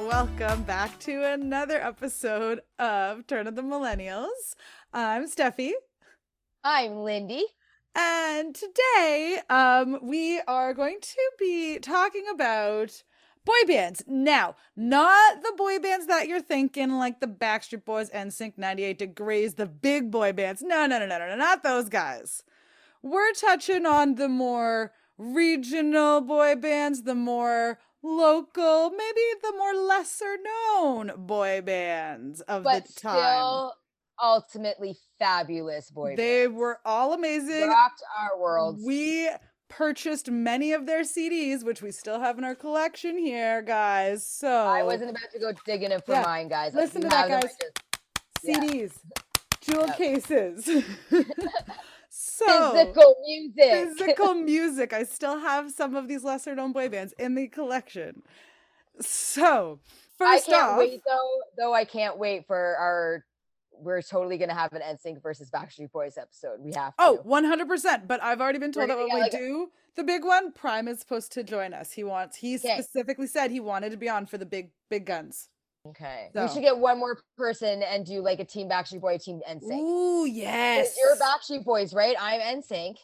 Welcome back to another episode of Turn of the Millennials. I'm Steffi, I'm Lindy. and today um, we are going to be talking about boy bands. Now, not the boy bands that you're thinking, like the Backstreet Boys, NSYNC, 98 Degrees, the big boy bands. No, no, no, no, no, no, not those guys. We're touching on the more regional boy bands, the more local, maybe the more lesser known boy bands of But the time. still ultimately fabulous boy they bands. were all amazing. rocked our world. We purchased many of their CDs, which we still have in our collection here, guys. So I wasn't about to go digging in for Yeah. mine, guys. I Listen to have that, them, I guys. just- yeah. CDs, jewel Yep. cases. so Physical music. physical music. I still have some of these lesser known boy bands in the collection. So I first can't off, wait though. Though I can't wait for our. We're totally gonna have an NSYNC versus Backstreet Boys episode. We have. oh, to. 100%. But I've already been We're told that gonna when get, we like, a- do the big one, Prime is supposed to join us. He wants, he Okay. specifically said he wanted to be on for the big, big guns. okay. We so. should get one more person and do like a team Backstreet Boy, team NSYNC. Ooh, 'Cause yes. You're Backstreet Boys, right? I'm NSYNC.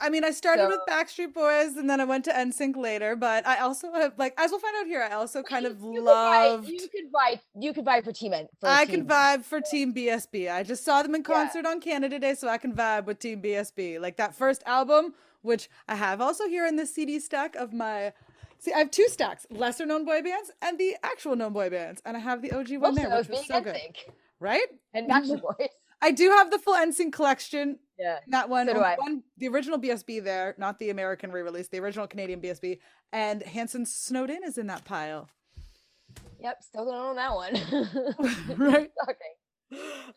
I mean, I started with So- Backstreet Boys and then I went to NSYNC later, but I also have, like, as we'll find out here, I also kind of You could buy- loved. You could buy. You could buy for team. N- For I can team vibe for Team BSB. I just saw them in Yeah. concert on Canada Day, so I can vibe with Team BSB. Like that first album, which I have also here in the CD stack of my. See, I have two stacks: lesser known boy bands and the actual known boy bands, and I have the OG one Most there, of those which was being so good, NSYNC right? and Backstreet Boys. I do have the full NSYNC collection. Yeah. That one, So do only I. one, the original BSB there, not the American re-release, the original Canadian BSB, and Hanson Snowden is in that pile, Yep. Still don't own that one. okay. right?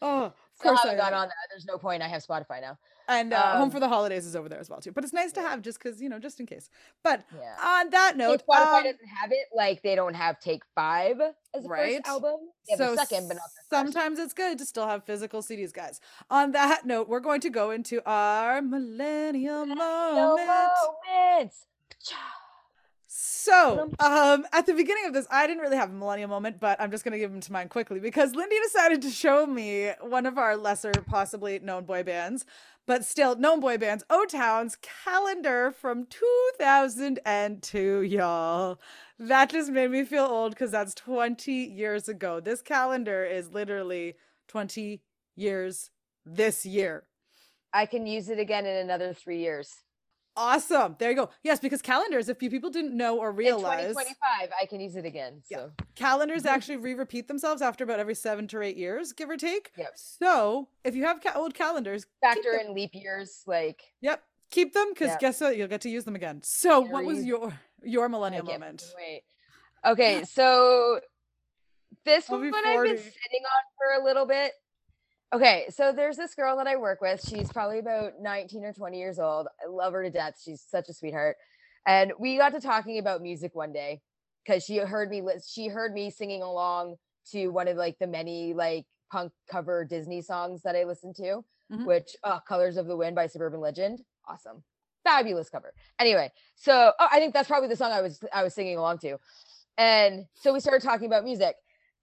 Oh, of Still course haven't I got on that. There's no point. I have Spotify now. And uh, Home Um, for the Holidays is over there as well too. But it's nice to have just because you know, just in case. But Yeah. on that No, note, Spotify um, doesn't have it. Like they don't have Take Five as the right? first album. They have so second, but not the first. sometimes it's good to still have physical CDs, guys. On that note, we're going to go into our millennial No moment. moments. So, Moment. um, at the beginning of this, I didn't really have a millennial moment, but I'm just gonna give them to mine quickly because Lindy decided to show me one of our lesser, possibly known boy bands, but still known boy bands, O Town's calendar from 2002, y'all. That just made me feel old because that's 20 years ago. This calendar is literally 20 years this year. I can use it again in another three years. Awesome. There you go. Yes, because calendars, if you people didn't know or In realize. 2025, I can use it again. Yeah. So calendars Mm-hmm. actually re-repeat themselves after about every seven to eight years, give or take. Yep. So if you have ca- old calendars, factor them. in leap years, like yep, keep them because Yep. guess what, you'll get to use them again. So what was Series. your your I millennial can't moment? Wait. Okay, so this I'll be one I've 40. been sitting on for a little bit. Okay, so there's this girl that I work with. She's probably about 19 or 20 years old. I love her to death. She's such a sweetheart. And we got to talking about music one day because she heard me lis- she heard me singing along to one of like the many like punk cover Disney songs that I listen to, Mhm. which uh, Colors of the Wind by Suburban Legend. Awesome. Fabulous cover. Anyway, so oh, I think that's probably the song I was I was singing along to. And so we started talking about music.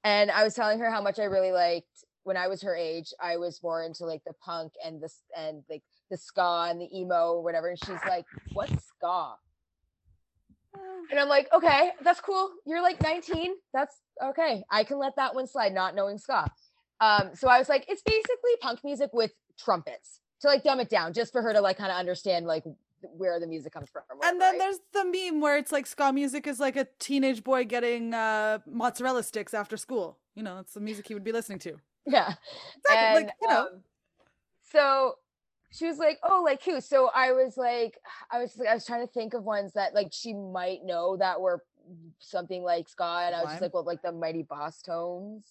And I was telling her how much I really liked when I was her age, I was more into like the punk and this and like the ska and the emo or whatever. And she's like, What's ska? And I'm like, okay, that's cool. You're like 19. That's okay. I can let that one slide, not knowing ska. Um, so I was like, it's basically punk music with trumpets to like dumb it down, just for her to like kind of understand like where the music comes from. or And whatever, then right? there's the meme where it's like ska music is like a teenage boy getting uh, mozzarella sticks after school. You know, that's the music he would be listening to. yeah. Exactly. And, like you know, um, so she was like, "Oh, like who?" So I was like, I was like, I was trying to think of ones that like she might know that were something like ska, and I was just Sublime? like, "Well, like the Mighty Boss Tones,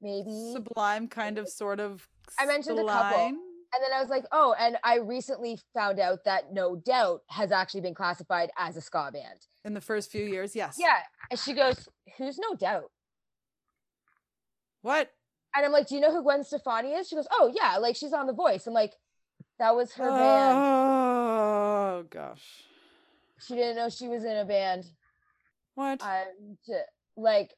maybe." sublime kind of sort of. um, I mentioned a couple. sublime. and then I was like, "Oh," and I recently found out that No Doubt has actually been classified as a ska band. in the first few years. Yes. Yeah, and she goes, "Who's No Doubt?" What? And I'm like, "Do you know who Gwen Stefani is?" She goes, "Oh yeah, like she's on The Voice." I'm like, "That was her band." Ah. Oh gosh. She didn't know she was in a band. What? I'm just, like,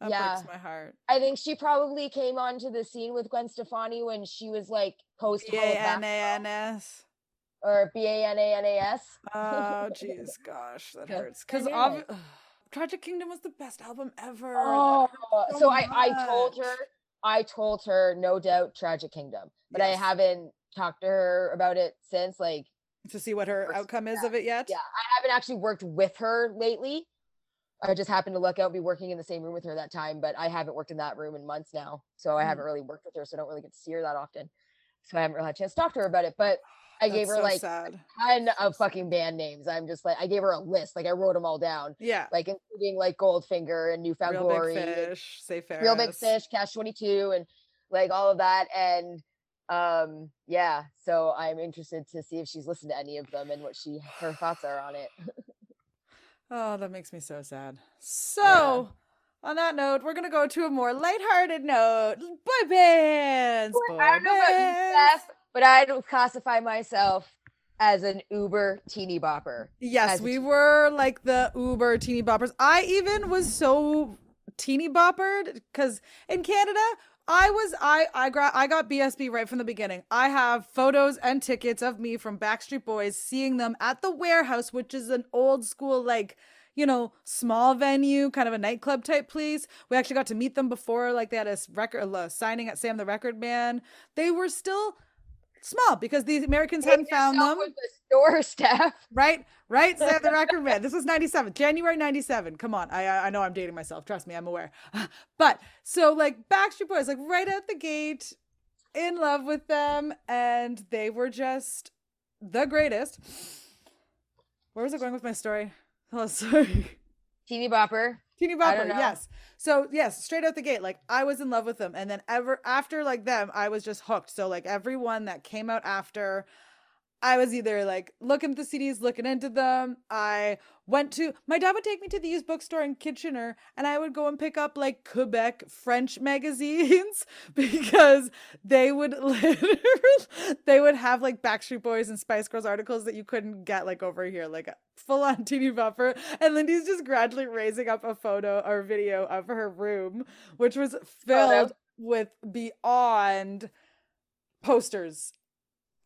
That Yeah. breaks my heart. I think she probably came onto the scene with Gwen Stefani when she was like post Hall of Fame B-A-N-A-N-S. or B A N A N A S. Oh, jeez, gosh, that Yeah. hurts. Because Yeah. Tragic Kingdom was the best album ever. Oh, so so I I told much. her I told her no doubt Tragic Kingdom, but Yes. I haven't talked to her about it since. Like To see what her First- outcome is of it yet. yeah, I haven't actually worked with her lately. I just happened to luck out and be working in the same room with her that time, but I haven't worked in that room in months now. So I Mhm. haven't really worked with her, so I don't really get to see her that often. So I haven't really had a chance to talk to her about it. But I gave That's so her like sad. ton of fucking band names. I'm just like I gave her a list, like I wrote them all down, Yeah. like including like Goldfinger and Newfound Real Glory, Big and Fish, Say Ferris. Real Big Fish, Cash 22, and like all of that. And um, yeah, so I'm interested to see if she's listened to any of them and what she her thoughts are on it. Oh, that makes me so sad. So, on that note, we're going to go to a more lighthearted note. Boy bands. Boy I don't know about you, bands. Steph, but I don't classify myself as an uber teeny bopper. Yes, as a we teen- were like the uber teeny boppers. I even was so teeny boppered because in Canada, I was I I gra- I got BSB right from the beginning. I have photos and tickets of me from Backstreet Boys seeing them at the warehouse, which is an old school like you know small venue, kind of a nightclub type place. We actually got to meet them before like they had a s- record a signing at Sam the Record Man. They were still small because the Americans hadn't Take found yourself them. with the store staff. Right, right, Sam the Record Man. This was '97, January '97. Come on, I I I know I'm dating myself. Trust me, I'm aware. But so like Backstreet Boys, like right out the gate, in love with them, and they were just the greatest. Where was I going with my story? Oh, sorry. Teeny bopper. Teeny I don't Bopper, know. yes. So yes, straight out the gate, like I was in love with them, and then ever after like them, I was just hooked. So like everyone that came out after, I was either like looking at the CDs, looking into them. I went to my dad would take me to the used bookstore in Kitchener, and I would go and pick up like Quebec French magazines because they would literally they would have like Backstreet Boys and Spice Girls articles that you couldn't get like over here, like full on teeny buffer. And Lindy's just gradually raising up a photo or video of her room, which Oh, was filled with beyond posters.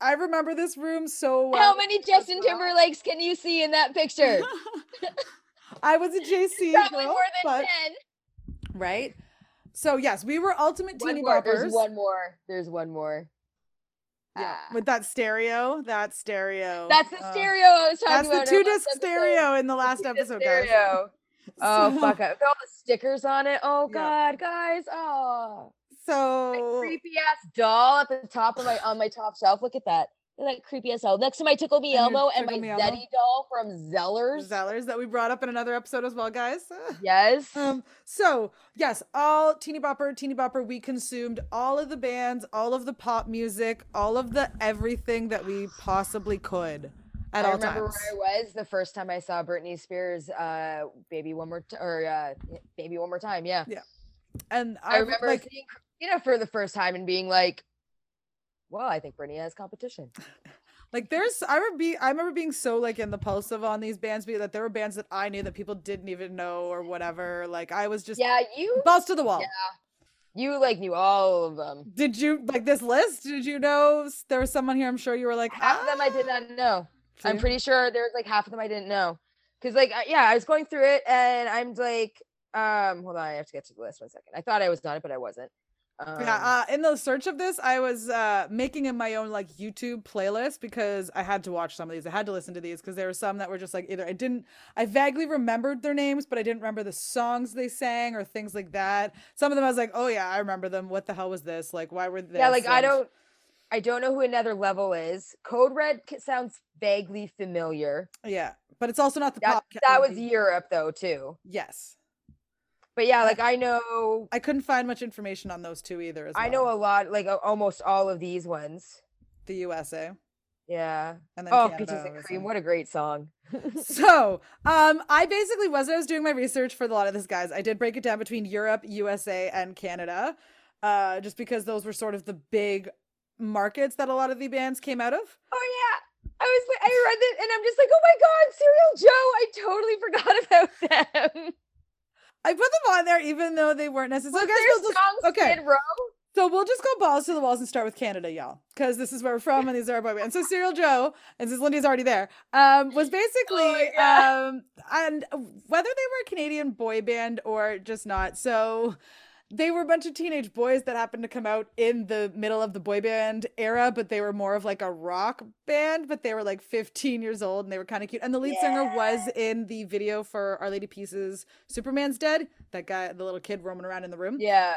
I remember this room so well. How many Justin well. Timberlakes can you see in that picture? I was a JC Probably girl, more than but- ten. right? So yes, we were ultimate teeny one more. boppers. There's one more. There's one more. Yeah, Ah. with that stereo, that stereo. that's the uh, stereo I was That's the talking about. in our two disc last episode. stereo in the last Two-disc episode, guys. stereo. Oh fuck! I- With all the stickers on it. Oh Yeah. Oh. god, guys. Oh, So creepy ass doll at the top of my on my top shelf. Look at that. Look at that creepy ass doll next to my Tickle Me And your Elmo and my Tickle Me Elmo. Zeddy doll from Zellers. Zellers that we brought up in another episode as well, guys. Mm-hmm. yes. Um, so yes, all teeny bopper, teeny bopper. We consumed all of the bands, all of the pop music, all of the everything that we possibly could at I all remember times. where I was the first time I saw Britney Spears, uh, "Baby One More" t- or uh, "Baby One More Time." Yeah, And I, I, remember like seeing Christina for the first time and being like, "Well, I think Britney has competition." Like there's, I remember, be, I remember being so like in the pulse of on these bands, be that there were bands that I knew that people didn't even know or whatever. Like I was just yeah, you balls to the wall. Yeah. you like knew all of them. Did you like this list? Did you know s- there was someone here? I'm sure you were like Half of them I did not know. "Ah, I'm see?" pretty sure there was like half of them I didn't know. Cause like I- yeah, I was going through it and I'm like, um, hold on, I have to get to the list one second. I thought I was on it, but I wasn't. Um, yeah, uh, in the search of this, I was uh, making in my own like YouTube playlist because I had to watch some of these. I had to listen to these because there were some that were just like either I didn't, I vaguely remembered their names, but I didn't remember the songs they sang or things like that. Some of them I was like, oh yeah, I remember them. What the hell was this? Like, why were they? yeah, like I don't, I don't know who another level is. Code Red c- sounds vaguely familiar. Yeah, but it's also not the That pop. ca- that like, was the- Europe though too. yes. But yeah, like I know, I couldn't find much information on those two either. As I know well. a lot, like a- almost all of these ones. the USA Yeah. and then Oh, Canada, peaches and obviously. cream! What a great song. so um i basically was i was doing my research for a lot of this guys i did break it down between europe usa and canada uh just because those were sort of the big markets that a lot of the bands came out of Oh yeah. I was like, I read that and I'm just like, oh my god, Serial Joe, I totally forgot about them. I put them on there even though they weren't necessary. Was So guys, there we'll just- songs okay. Skid Row? so we'll just go balls to the walls and start with Canada, y'all, because this is where we're from and these are our boy bands. So Serial Joe, and since Lindy's already there, um, was basically Oh God. um, and whether they were a Canadian boy band or just not, so they were a bunch of teenage boys that happened to come out in the middle of the boy band era, but they were more of like a rock band, but they were like 15 years old and they were kind of cute. And the lead singer was in the video for Our Lady Peace's Superman's Dead, that guy, the little kid roaming around in the room. Yeah.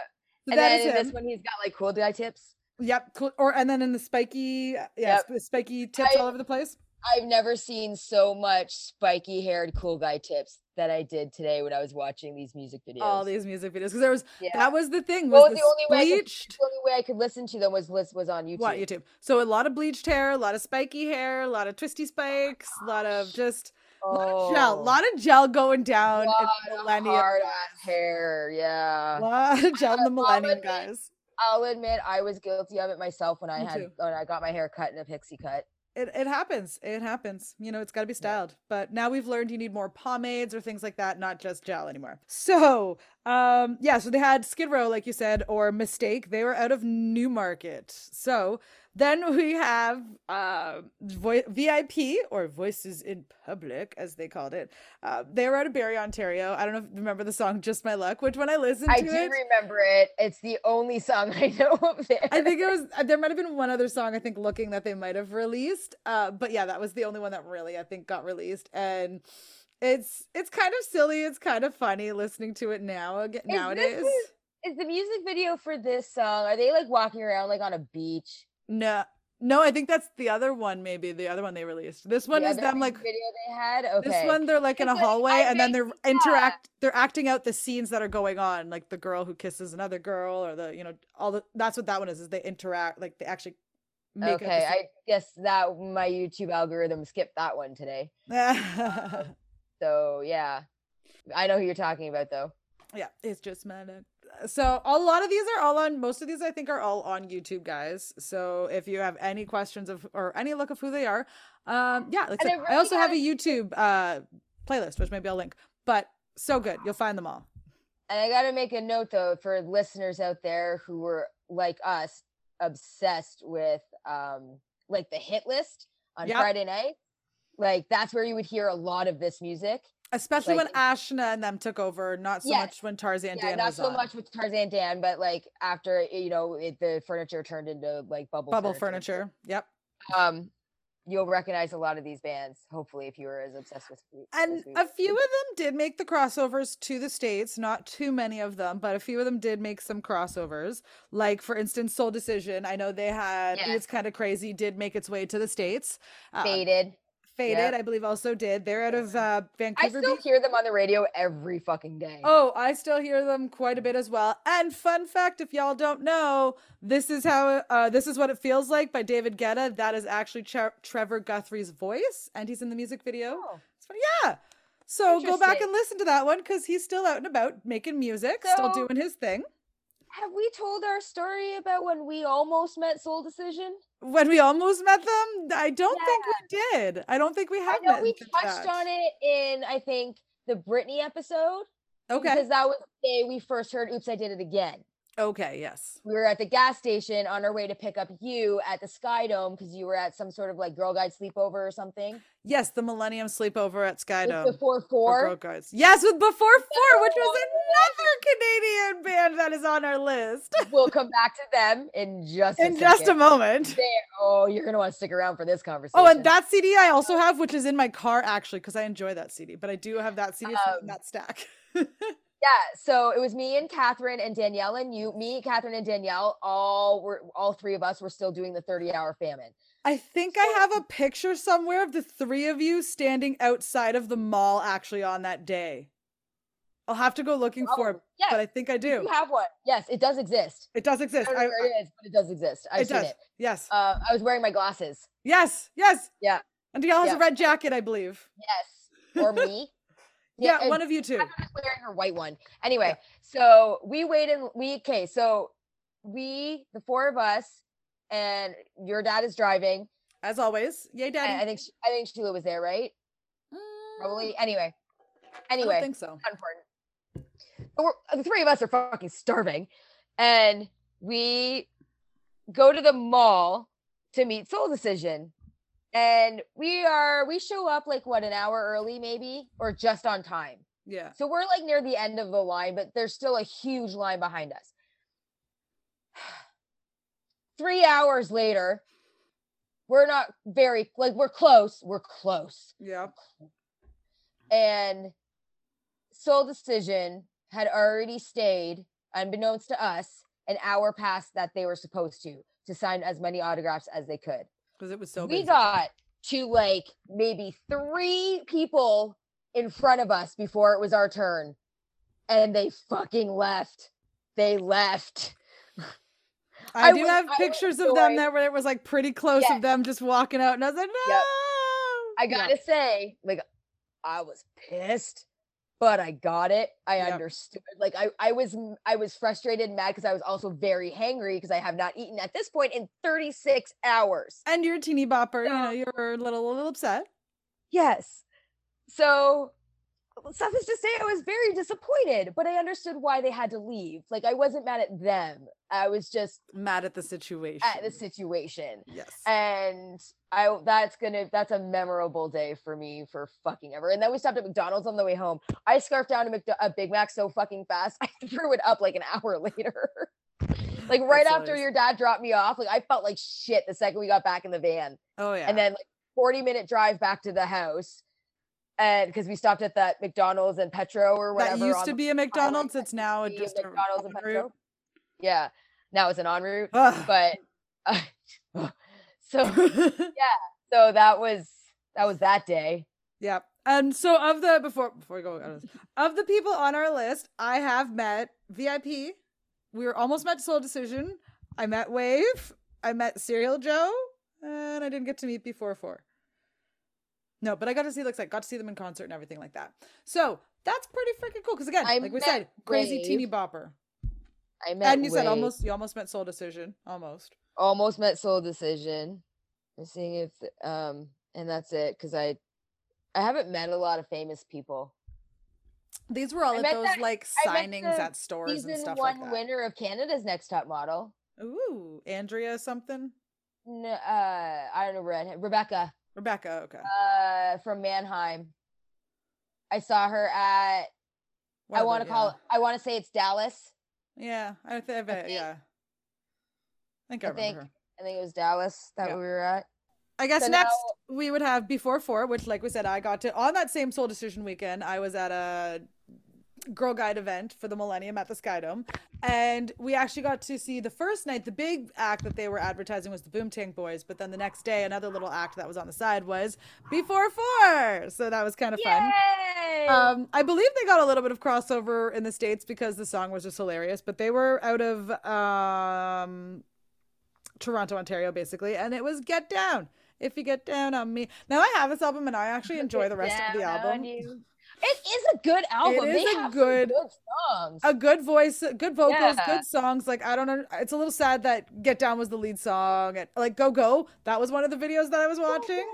So and that then is in him. this one, he's got like cool guy tips. Yep. Cool. Or and then in the spiky, uh, yeah, Yep. sp- spiky tips I- all over the place. I've never seen so much spiky haired cool guy tips that I did today when I was watching these music videos. All these music videos because there was yeah. that was the thing was Well, the, the only way I could- bleached. the only way I could listen to them was was was on YouTube. What YouTube? So a lot of bleached hair, a lot of spiky hair, a lot of twisty spikes, a lot of just a lot of gel, a Oh. lot of gel going down. in Lot the of millennium hard guys. ass hair. Yeah. lot of gel in the millennium admit- guys. I'll admit I was guilty of it myself when I Me had too. when I got my hair cut in a pixie cut. It it happens. It happens. You know, it's got to be styled. But now we've learned you need more pomades or things like that, not just gel anymore. So, um, yeah. So they had Skid Row, like you said, or Mistake. They were out of Newmarket. So then we have uh, Voi- VIP or Voices in Public, as they called it. Uh, they were out of Barrie, Ontario. I don't know if you remember the song "Just My Luck," which when I listened I to do it, remember it. It's the only song I know of there. I think it was uh, there might have been one other song I think looking that they might have released. Uh but yeah, that was the only one that really I think got released and it's it's kind of silly, it's kind of funny listening to it now again this nowadays. is- is the music video for this song. Are they like walking around like on a beach? No. No, I think that's the other one maybe, the other one they released. This one The is other them music like video they had. Okay. This one they're like in a It's like, hallway I uh, and then made- they're interact they're acting out the scenes that are going on, like the girl who kisses another girl or the you know, all the that's what that one is, is they interact like they actually make out the okay, I guess that my YouTube algorithm skipped that one today. scene. So yeah, I know who you're talking about though. Yeah, it's just minute. So a lot of these are all on. Most of these I think are all on YouTube, guys. So if you have any questions of or any look of who they are, um, yeah. Like I, And said, I I really also have a gotta- YouTube uh playlist, which maybe I'll link. But so good, you'll find them all. And I gotta make a note though for listeners out there who were like us, obsessed with um like the hit list on Yep. Friday night. Like that's where you would hear a lot of this music. Especially when Like- Ashna and them took over. Not so Yes. much when Tarzan yeah, Dan not was so on. much with Tarzan Dan, but like after you know it, the furniture turned into like bubble Bubble furniture. Yep. Um, you'll recognize a lot of these bands. Hopefully, if you were as obsessed with we- as And we a were. few of them did make the crossovers to the States, not too many of them, but a few of them did make some crossovers. Like, for instance, Soul Decision. I know they had Yes. It's Kind of Crazy, did make its way to the States. Uh, faded. Faded, yep. I believe, also did. They're out of uh, I Vancouver still Beach. hear them on the radio every fucking day. Oh, I still hear them quite a bit as well. And fun fact, if y'all don't know, this is how uh, this is what it feels like by David Guetta. That is actually Tre- Trevor Guthrie's voice, and he's in the music video. Oh. It's funny. Yeah. So go back Interesting. and listen to that one because he's still out and about making music, still So- doing his thing. Have we told our story about when we almost met Soul Decision? When we almost met them, I don't think we did. I don't think we I have know met we since touched that. on it in I think the Britney episode Okay. because that was the day we first heard "Oops, I Did It Again." Okay. Yes. we were at the gas station on our way to pick up you at the Sky Dome because you were at some sort of like girl guide sleepover or something. Yes. The Millennium Sleepover at It was Skydome. Before for four. Girl Guides. Yes, with Before Four, which was another Canadian band that is on our list. we'll come back to them in just a In just a second. moment. They- oh, you're gonna want to stick around for this conversation. Oh, and that CD I also have, which is in my car actually, because I enjoy that CD. But I do have that CD it's not in Um, that stack. yeah. So it was me and Catherine and Danielle and you, me, Catherine and Danielle. All were all three of us were still doing the 30 hour famine. I think I have a picture somewhere of the three of you standing outside of the mall actually on that day. I'll have to go looking for it, Probably. yes, but I think I do. Oh, you have one. Yes, it does exist. It does I exist. don't know I, where I- it is, but it does exist. I've it seen does. it. Yes. Uh, I was wearing my glasses. yes. Yes. yeah, And y'all has a yeah. red jacket, I believe. Yes, or me. Yeah, and- one of you two. Catherine was wearing her white one. Anyway, so we waited. We okay. So we, the four of us, and your dad is driving. As always. Yay, and I Daddy. think she, I think Sheila was there, right? Mm, Probably. Anyway, I don't anyway, think so. not important. we're, the three of us are fucking starving, and we go to the mall to meet Soul Decision, and we are we show up like what an hour early maybe or just on time. Yeah. So we're like near the end of the line, but there's still a huge line behind us. Three hours later, we're not very like we're close. We're close. Yeah. And Soul Decision had already stayed, unbeknownst to us, an hour past that they were supposed to to sign as many autographs as they could. Because it was so we busy. got to like maybe three people in front of us before it was our turn and they fucking left they left I, I do was- have I was pictures of annoyed. them there where it was like pretty close Yes. of them just walking out, and I was like, no. Yep. i Yeah. gotta say like i was pissed but i got it i Yep. understood like i i was m- i was frustrated and mad because i was also very hangry because i have not eaten at this point in 36 hours And you're a teeny bopper, you know, So- you're a little, a little upset. Yes. So, suffice to say, I was very disappointed, but I understood why they had to leave. Like, I wasn't mad at them, I was just Mad at the situation. at the situation. Yes. And I that's gonna that's a memorable day for me for fucking ever. And then we stopped at McDonald's on the way home. I scarfed down a, McDo- a Big Mac so fucking fast, I threw it up like an hour later. like right That's after hilarious. your dad dropped me off, like I felt like shit the second we got back in the van oh yeah. and then like 40 minute drive back to the house and because we stopped at that mcdonald's and petro or whatever that used on to the be a McDonald's. that It's now used to be a just a McDonald's and en Petro. route. yeah now it's an en route Ugh. but uh, so so that was that was that day yep. And so of the before before we go on this, of the people on our list, I have met VIP. We were almost met Soul Decision. I met Wave. I met Serial Joe, and I didn't get to meet before four. No, but I got to see looks like got to see them in concert and everything like that. So that's pretty freaking cool. Because again, I like we met said, crazy Wave. teeny bopper. i met And you said Wade, almost you almost met Soul Decision. Almost. almost met soul decision i'm seeing if um and that's it because i i haven't met a lot of famous people These were all I at met those that- like I met signings the at stores and season stuff one like that. winner of canada's next top model Ooh, Andrea something. N- uh i don't know Red- rebecca Rebecca, okay. uh from Mannheim. I saw her at One I of want to the- call it I want to say it's Dallas. Yeah, yeah I think I bet- think- yeah. I think I, I remember think- her. I think it was Dallas that Yeah. we were at. I guess So now- next we would have before four, which, like we said, I got to on that same Soul Decision weekend. I was at a Girl Guide event for the Millennium at the Skydome, and we actually got to see the first night. The big act that they were advertising was the Boomtank Boys, but then the next day, another little act that was on the side was Before Four. So that was kind of fun. Yay! Um, I believe they got a little bit of crossover in the states because the song was just hilarious. But they were out of um, Toronto, Ontario, basically, and it was "Get Down." If you get down on me, now I have this album and I actually enjoy the rest of the Down on album. you. It is a good album. is they a have good- good, good songs. A good voice, good vocals, Yeah. good songs. Like I don't know, it's a little sad that "Get Down" was the lead song. And, like "Go Go," that was one of the videos that I was watching.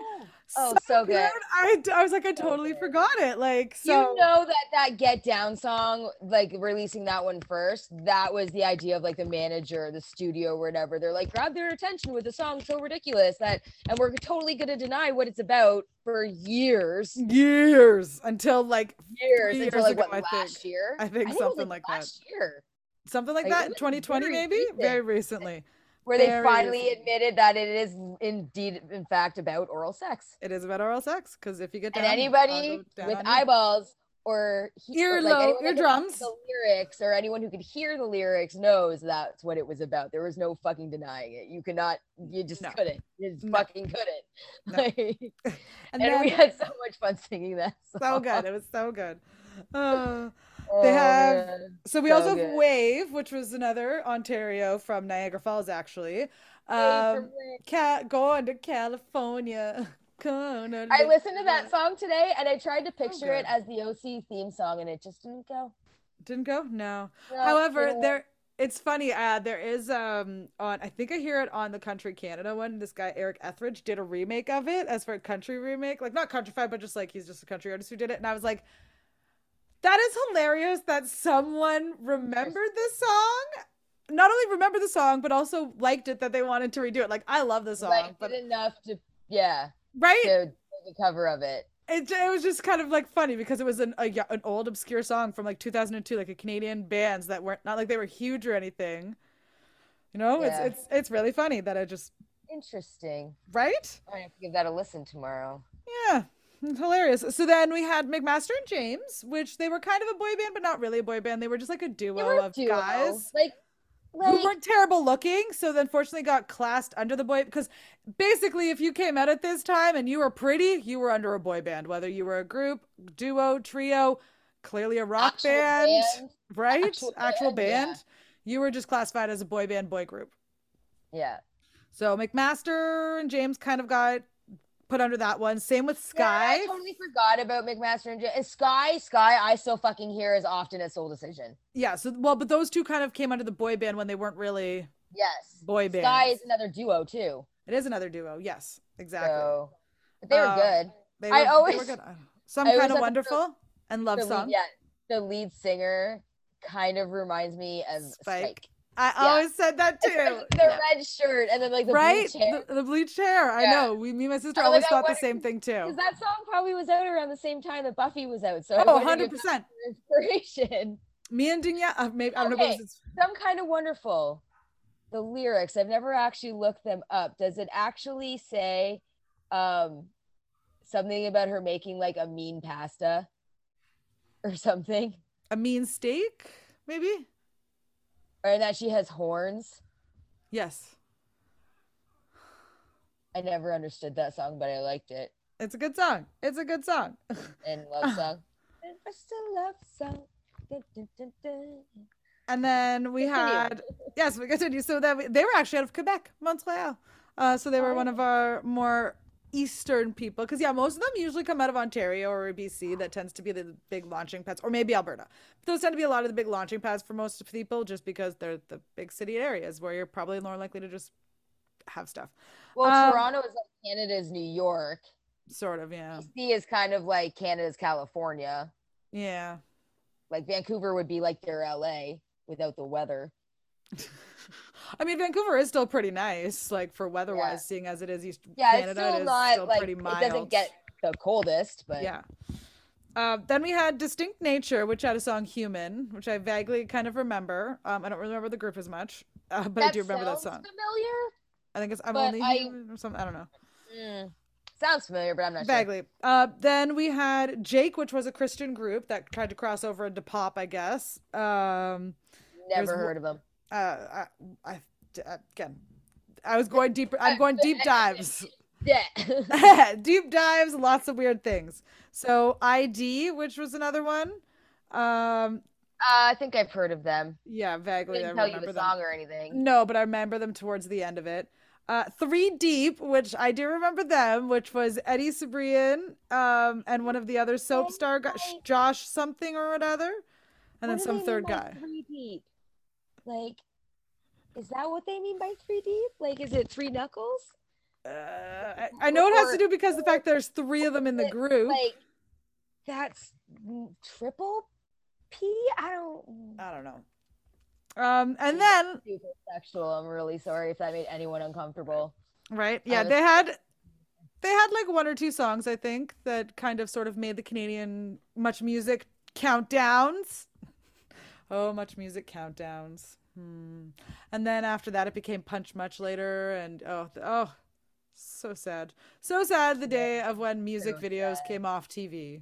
Oh, so good. I, I was like, I So totally good. forgot it. Like so. you know that that Get Down song, like releasing that one first, that was the idea of like the manager, the studio, or whatever. They're like, grab their attention with a song so ridiculous that, and we're totally gonna deny what it's about for years, years until like years, Three until Mm, years like ago, what I think. last year? I think it was, something like that. last year, something like Like, it that was 2020 very maybe recent. very recently where they Very finally recent. admitted that it is indeed, in fact, about oral sex. it is about oral sex because if you get down and anybody I'll go down with on you. eyeballs or he- Earlo- or, anyone that could follow eardrums. the lyrics or anyone who could hear the lyrics knows that's what it was about. There was no fucking denying it. You could not. You just No. couldn't. You just No. fucking couldn't. No. Like, and and we then, had so much fun singing that. so song. good it was so good Uh, Oh, have- man. so we So also have good. wave which was another ontario from niagara falls actually um cat going to california Gonna I live- listened to that song today, and I tried to picture good. it as the OC theme song, and it just didn't go. didn't go no No, However, no. there it's funny. Uh, there is um on I think I hear it on the Country Canada one. This guy Eric Etheridge did a remake of it as for a country remake, like not countrified, but just like he's just a country artist who did it. And I was like, That is hilarious that someone remembered this song. Not only remembered the song, but also liked it that they wanted to redo it. Like, I love the song, Liked but it enough to yeah right? to make a cover of it. It, it was just kind of like funny because it was an a, yo- an old obscure song from like 2002, like a Canadian bands that weren't not like they were huge or anything. You know, Yeah. it's it's it's really funny that I just Interesting. right? I have to give that a listen tomorrow. Yeah, it's hilarious. So then we had McMaster and James, which they were kind of a boy band, but not really a boy band. They were just like a duo They were a of duo, guys. Like, who like weren't terrible looking, so then fortunately got classed under the boy because basically if you came out at this time and you were pretty, you were under a boy band, whether you were a group, duo, trio, clearly a rock actual band, band. right? actual Actual, band, yeah. band. You were just classified as a boy band boy group. Yeah. So McMaster and James kind of got put under that one. Same with Sky. Yeah, I totally forgot about McMaster and, J- and Sky. Sky, I still fucking hear as often as Soul Decision. yeah, so well, but those two kind of came under the boy band when they weren't really Yes. boy bands. Sky is another duo too. it is another duo, yes, exactly. So, but they were Um, good. They I were, they were always- good. Uh, Some I always kind thought of the wonderful and love The lead- song. yeah, the lead singer kind of reminds me of Spike. Spike. I yeah. always said that too. Especially The Yeah. red shirt and then like the right? blue chair. The, the bleached hair. Yeah. I know. We, me and my sister I'm like, always I thought the wonder- same thing Because too. that song probably was out around the same time that Buffy was out. So I Oh, wondered 100 if percent. that was inspiration. Me and Dunya. Uh, maybe I don't know. if Okay. it was- Some kind of wonderful. The lyrics, I've never actually looked them up. Does it actually say um something about her making like a mean pasta or something? a mean steak, maybe. Or that she has horns? Yes, I never understood that song, but I liked it. it's a good song. It's a good song. And Ah. love song. And It's a love song. Dun, dun, dun, dun. And then we Continue. had yes, we continue. So that we, they were actually out of Quebec, Montreal. Uh, so they were Oh. one of our more eastern people because yeah, most of them usually come out of Ontario or BC. That tends to be the big launching pads, or maybe Alberta. Those tend to be a lot of the big launching pads for most people, just because they're the big city areas where you're probably more likely to just have stuff. Well, Um, Toronto is like Canada's New York. Sort of, yeah, BC is kind of like Canada's California. yeah. Like Vancouver would be like their LA without the weather. I mean, Vancouver is still pretty nice, like for weather-wise, Yeah. seeing as it is East Yeah, Canada. it's still is not still like pretty it mild. doesn't get the coldest, but yeah. Uh, then we had Distinct Nature, which had a song "Human," which I vaguely kind of remember. Um, I don't remember the group as much, uh, but I do remember that sounds song. Familiar? I think it's "I'm but Only I- Human" or something. I don't know Mm, sounds familiar, but I'm not sure. vaguely. Uh, then we had Jake, which was a Christian group that tried to cross over into pop, I guess. Um, Never one- heard of them. uh, I, I, uh, again, I was going deeper. I'm going deep dives. Yeah. deep dives, lots of weird things. So ID, which was another one. Um, Uh, I think I've heard of them. yeah, vaguely. I Didn't tell you remember the them. song or anything. No, but I remember them towards the end of it. Uh, Three Deep, which I do remember them, which was Eddie Sabrian um, and one of the other Oh soap star guys, right. Josh something or another, and then What do some they third mean by guy. Three deep. Like, is that what they mean by three deep? Like, is it three knuckles? Uh, I, I know it has to do because the fact there's three of them in the group. Like, that's mm, triple P. I don't. I don't know. Um, and Mm. then Super sexual. I'm really sorry if that made anyone uncomfortable. right, yeah, was- they had they had like one or two songs I think that kind of sort of made the Canadian much music countdowns. Oh, much music countdowns. Hmm. And then after that, it became Punch much later, and oh, th- oh, so sad, so sad. The day of when music So videos came off TV.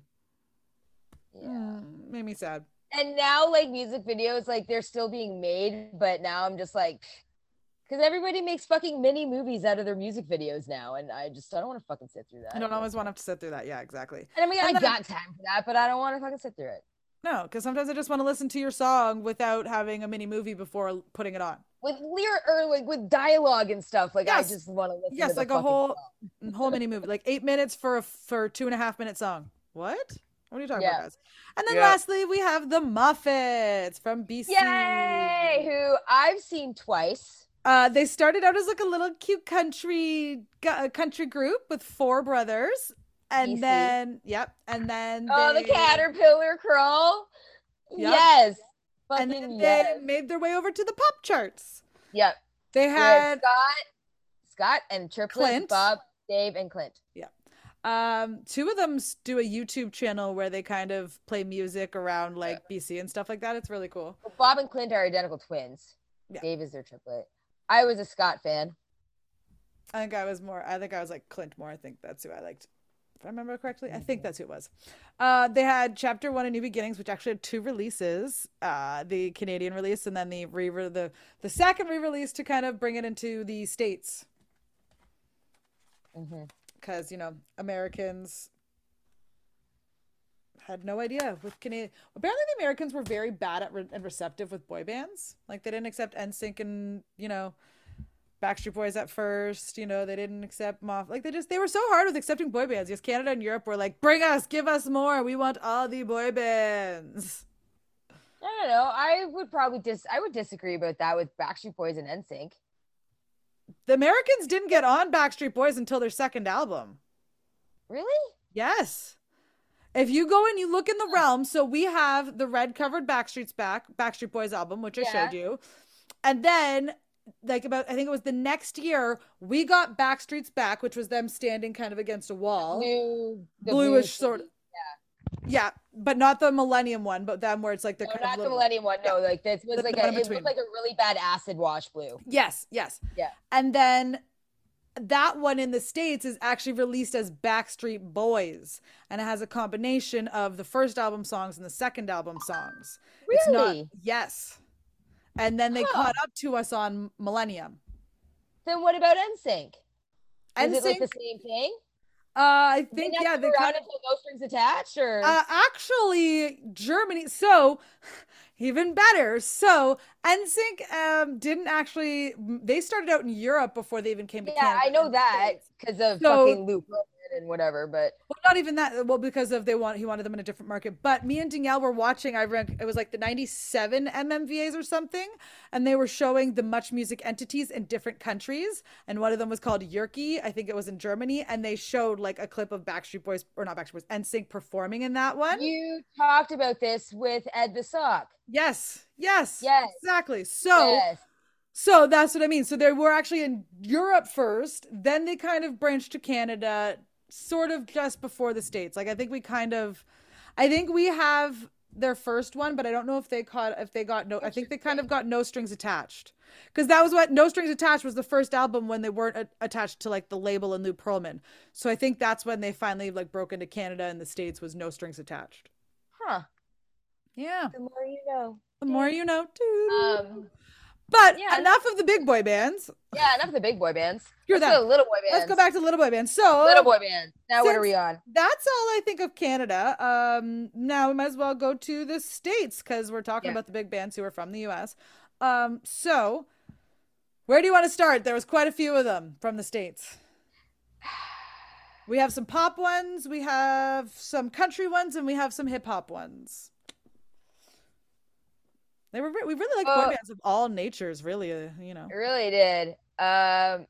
Yeah. Mm, made me sad. And now, like, music videos, like, they're still being made, but now I'm just like, because everybody makes fucking mini movies out of their music videos now, and I just I don't want to fucking sit through that. I don't always want to have to sit through that. Yeah, exactly. And I mean, and I then- got time for that, but I don't want to fucking sit through it. No, because sometimes I just want to listen to your song without having a mini movie before l- putting it on. with lyric or like with dialogue and stuff. Like Yes. I just want to listen. to Yes, the like a fucking whole song. whole mini movie, like eight minutes for a for two and a half minute song. What? What are you talking Yeah. about, guys? And then Yeah. lastly, we have the Muffets from BC. Yay! Who I've seen twice. Uh, they started out as like a little cute country gu- uh, country group with four brothers. and DC. then yep, and then Oh, the they- caterpillar crawl. Yep. Yes. and Fucking then yes. they made their way over to the pop charts. Yep. They We had had Scott, Scott and Triplets, Clint. Bob, Dave, and Clint. um two of them s- do a YouTube channel where they kind of play music around like BC and stuff like that. It's really cool. Well, Bob and Clint are identical twins. Yeah. Dave is their triplet. I was a Scott fan. I think I was more. I think I was like Clint Moore. I think that's who I liked. If I remember correctly, I think that's who it was. Uh, they had Chapter One and New Beginnings, which actually had two releases: uh, the Canadian release and then the re the the second re-release to kind of bring it into the states Mhm. because you know Americans had no idea with Canadian. Apparently, the Americans were very bad at re- and receptive with boy bands. Like they didn't accept NSYNC and you know Backstreet Boys at first. You know they didn't accept Moth. Like they just they were so hard with accepting boy bands. Yes, Canada and Europe were like, bring us, give us more. We want all the boy bands. I don't know. I would probably dis. I would disagree about that with Backstreet Boys and NSYNC. The Americans didn't get on Backstreet Boys until their second album. Really? Yes. If you go and you look in the realm, so we have the red covered Backstreet's back Backstreet Boys album, which I Yeah. showed you. And then like about I think it was the next year, we got Backstreet's back, which was them standing kind of against a wall. Blue, the Bluish blue sort shade. Yeah, but not the Millennium one, but them where it's like they're No, kind Oh, not of the little- Millennium one. No, like this was The- like the one a, in it between. looked like a really bad acid wash blue. Yes, yes. Yeah. And then that one in the States is actually released as Backstreet Boys. And it has a combination of the first album songs and the second album songs. It's not- Really? yes. And then they Huh. caught up to us on Millennium. Then what about NSYNC? And Is it like uh, the same thing? I They think, not yeah, stick they around kind of, until no strings attached, or uh, actually Germany. So even better. So NSYNC um, didn't actually. They started out in Europe before they even came to yeah, Canada. I and know the that States. because of So- fucking Luke Rowan and whatever. But Well, not even that. Well, because of they want he wanted them in a different market. But me and Danielle were watching. I read it was like the '97 MMVAs or something, and they were showing the Much Music entities in different countries. And one of them was called Yerky. I think it was in Germany, and they showed like a clip of Backstreet Boys or not Backstreet Boys, NSYNC performing in that one. you talked about this with Ed the Sock. Yes, yes, Yes. exactly. So. Yes. So that's what I mean. So they were actually in Europe first, then they kind of branched to Canada, sort of just before the States. Like I think we kind of, I think we have their first one, but I don't know if they caught if they got no. I think they kind of got no strings attached, because that was what No Strings Attached was the first album when they weren't a- attached to like the label and Lou Pearlman. So I think that's when they finally like broke into Canada and the States was No Strings Attached. Huh. Yeah, The more you know. the more you know. Doo-doo. Um, but yeah. enough of the big boy bands. yeah, enough of the big boy bands. You're Let's go them. to little boy bands. Let's go back to Little Boy Band. So Little boy bands. Now what are Since- we on? that's all I think of Canada. Um, now we might as well go to the states because we're talking Yeah. about the big bands who are from the U.S. Um, so where do you want to start? There was quite a few of them from the states. We have some pop ones, we have some country ones, and we have some hip hop ones. They were re- we really like Uh, boy bands of all natures, really. Uh, you know, I really did. Um,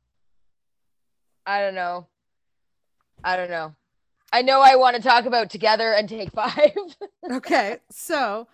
I don't know. I don't know. I know I want to talk about Together and Take Five. Okay, so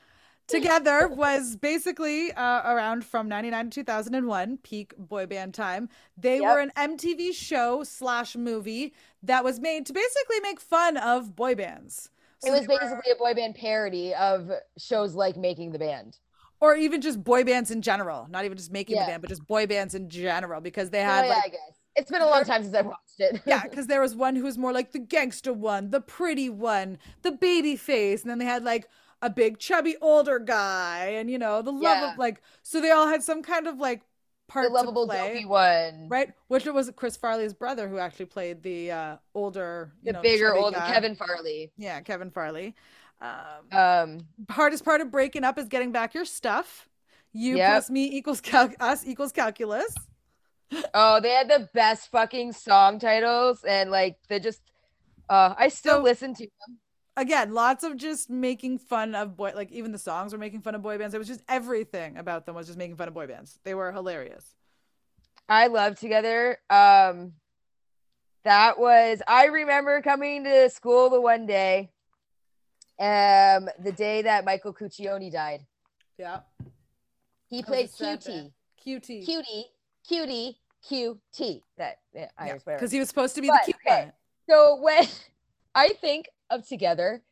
Together was basically uh, around from 99 to 2001, peak boy band time. They Yep. were an MTV show slash movie that was made to basically make fun of boy bands. So it was they were- basically a boy band parody of shows like Making the Band. or even just boy bands in general, not even just making Yeah. the band, but just boy bands in general, because they Oh, had yeah, like I guess. It's been a long time since I watched it. Yeah, because there was one who was more like the gangster one, the pretty one, the baby face, and then they had like a big chubby older guy, and you know the love Yeah. of like so they all had some kind of like part the lovable play, dopey one. right? Which it was Chris Farley's brother who actually played the uh, older, you The know, bigger, chubby older guy. Kevin Farley. Yeah, Kevin Farley. Um, Um, hardest part of breaking up is getting back your stuff. You Yep. plus me equals cal- us equals calculus. oh, they had the best fucking song titles, and like they just. Uh, I still So- listen to. again, lots of just making fun of boy, like even the songs were making fun of boy bands. It was just everything about them was just making fun of boy bands. They were hilarious. I love Together. Um, That was I remember coming to school the one day, um, the day that Michael Cuccione died. Yeah. He was played a sad day. Cutie, Cutie. Cutie, Cutie, Cutie. That yeah, Irish, whatever. Because he was supposed to be But, the cute okay. one. So when I think of Together,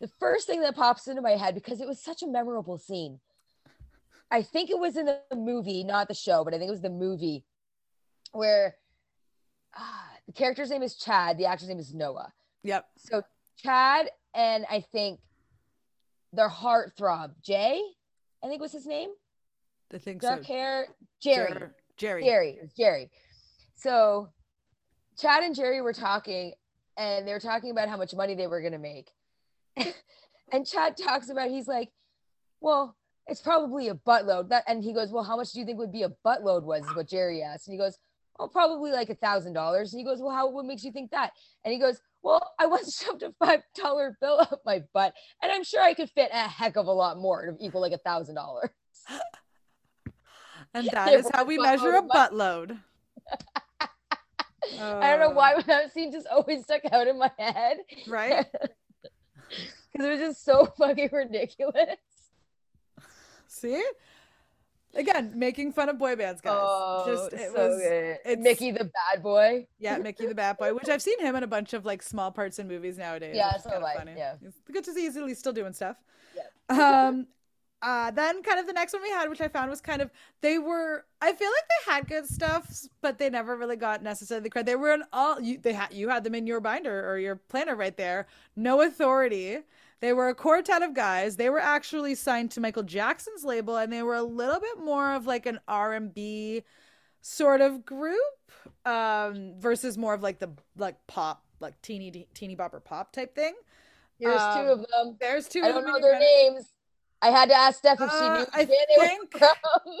the first thing that pops into my head because it was such a memorable scene. I think it was in the movie, not the show, but I think it was the movie where ah, the character's name is Chad, the actor's name is Noah. Yep. So Chad and I think their heartthrob Jay, I think was his name, I think dark so. hair Jerry. Jer- Jerry. Jerry. It was Jerry. So Chad and Jerry were talking and they were talking about how much money they were going to make. and Chad talks about, he's like, well, it's probably a buttload. That, and he goes, well, how much do you think would be a buttload was is what Jerry asked. And he goes, oh, probably like a thousand dollars. And he goes, well, how, what makes you think that? And he goes, well, I once shoved a five dollar bill up my butt and I'm sure I could fit a heck of a lot more to equal like a thousand dollars. And that There is was how a we buttload measure a of money. buttload. I don't know Uh, why but that scene just always stuck out in my head Right? because it was just so fucking ridiculous. See? Again, making fun of boy bands, guys. Oh, Just it was good. it's- Mickey the bad boy. yeah, Mickey the Bat Boy, which I've seen him in a bunch of like small parts in movies nowadays. Yeah, which is so kinda have I, funny. yeah. It's good to see he's at least still doing stuff. Yeah. um uh then kind of the next one we had, which I found was kind of they were I feel like they had good stuff, but they never really got necessarily the credit. They were in all you they had you had them in your binder or your planner right there. No authority. They were a quartet of guys. They were actually signed to Michael Jackson's label, and they were a little bit more of like an R and B sort of group um, versus more of like the like pop, like teeny teeny bopper pop type thing. Here's Um, two of them. There's two. I of don't them know in your their band. names. I had to ask Steph if she Uh, knew I where they think- were from.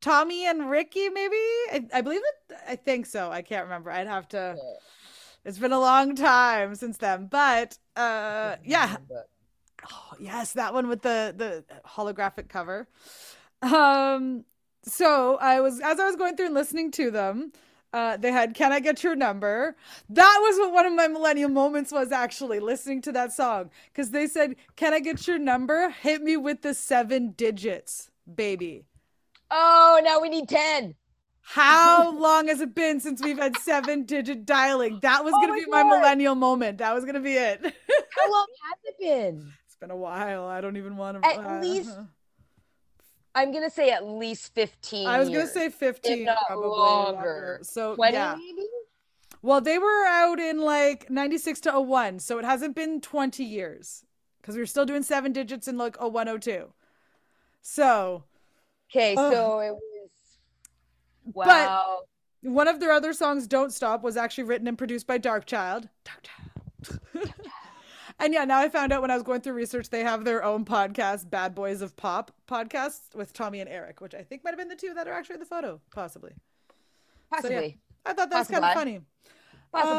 Tommy and Ricky, maybe. I, I believe that. I think so. I can't remember. I'd have to. It's been a long time since then, but uh, yeah, Oh, yes, that one with the the holographic cover. Um, so I was as I was going through and listening to them, uh, they had "Can I Get Your Number?" That was what one of my millennial moments was actually listening to that song because they said, "Can I get your number? Hit me with the seven digits, baby." Oh, now we need ten. How long has it been since we've had seven digit dialing? That was Oh gonna my be my God. millennial moment. That was gonna be it. it's How long has it been? been a while. I don't even uh, want to. At least I'm gonna say at least fifteen. I was years. gonna say 15 not probably longer. longer. So twenty, yeah. maybe. Well, they were out in like 96 to 01, so it hasn't been 20 years cuz we were still doing seven digits in like 0102. So, Okay, Ugh. so it was. Wow. one of their other songs Don't Stop was actually written and produced by Darkchild. Darkchild. and yeah, now I found out when I was going through research they have their own podcast, Bad Boys of Pop podcast with Tommy and Eric, which I think might have been the two that are actually in the photo, possibly. so, yeah. possibly. I thought that was kind of Possibly. funny.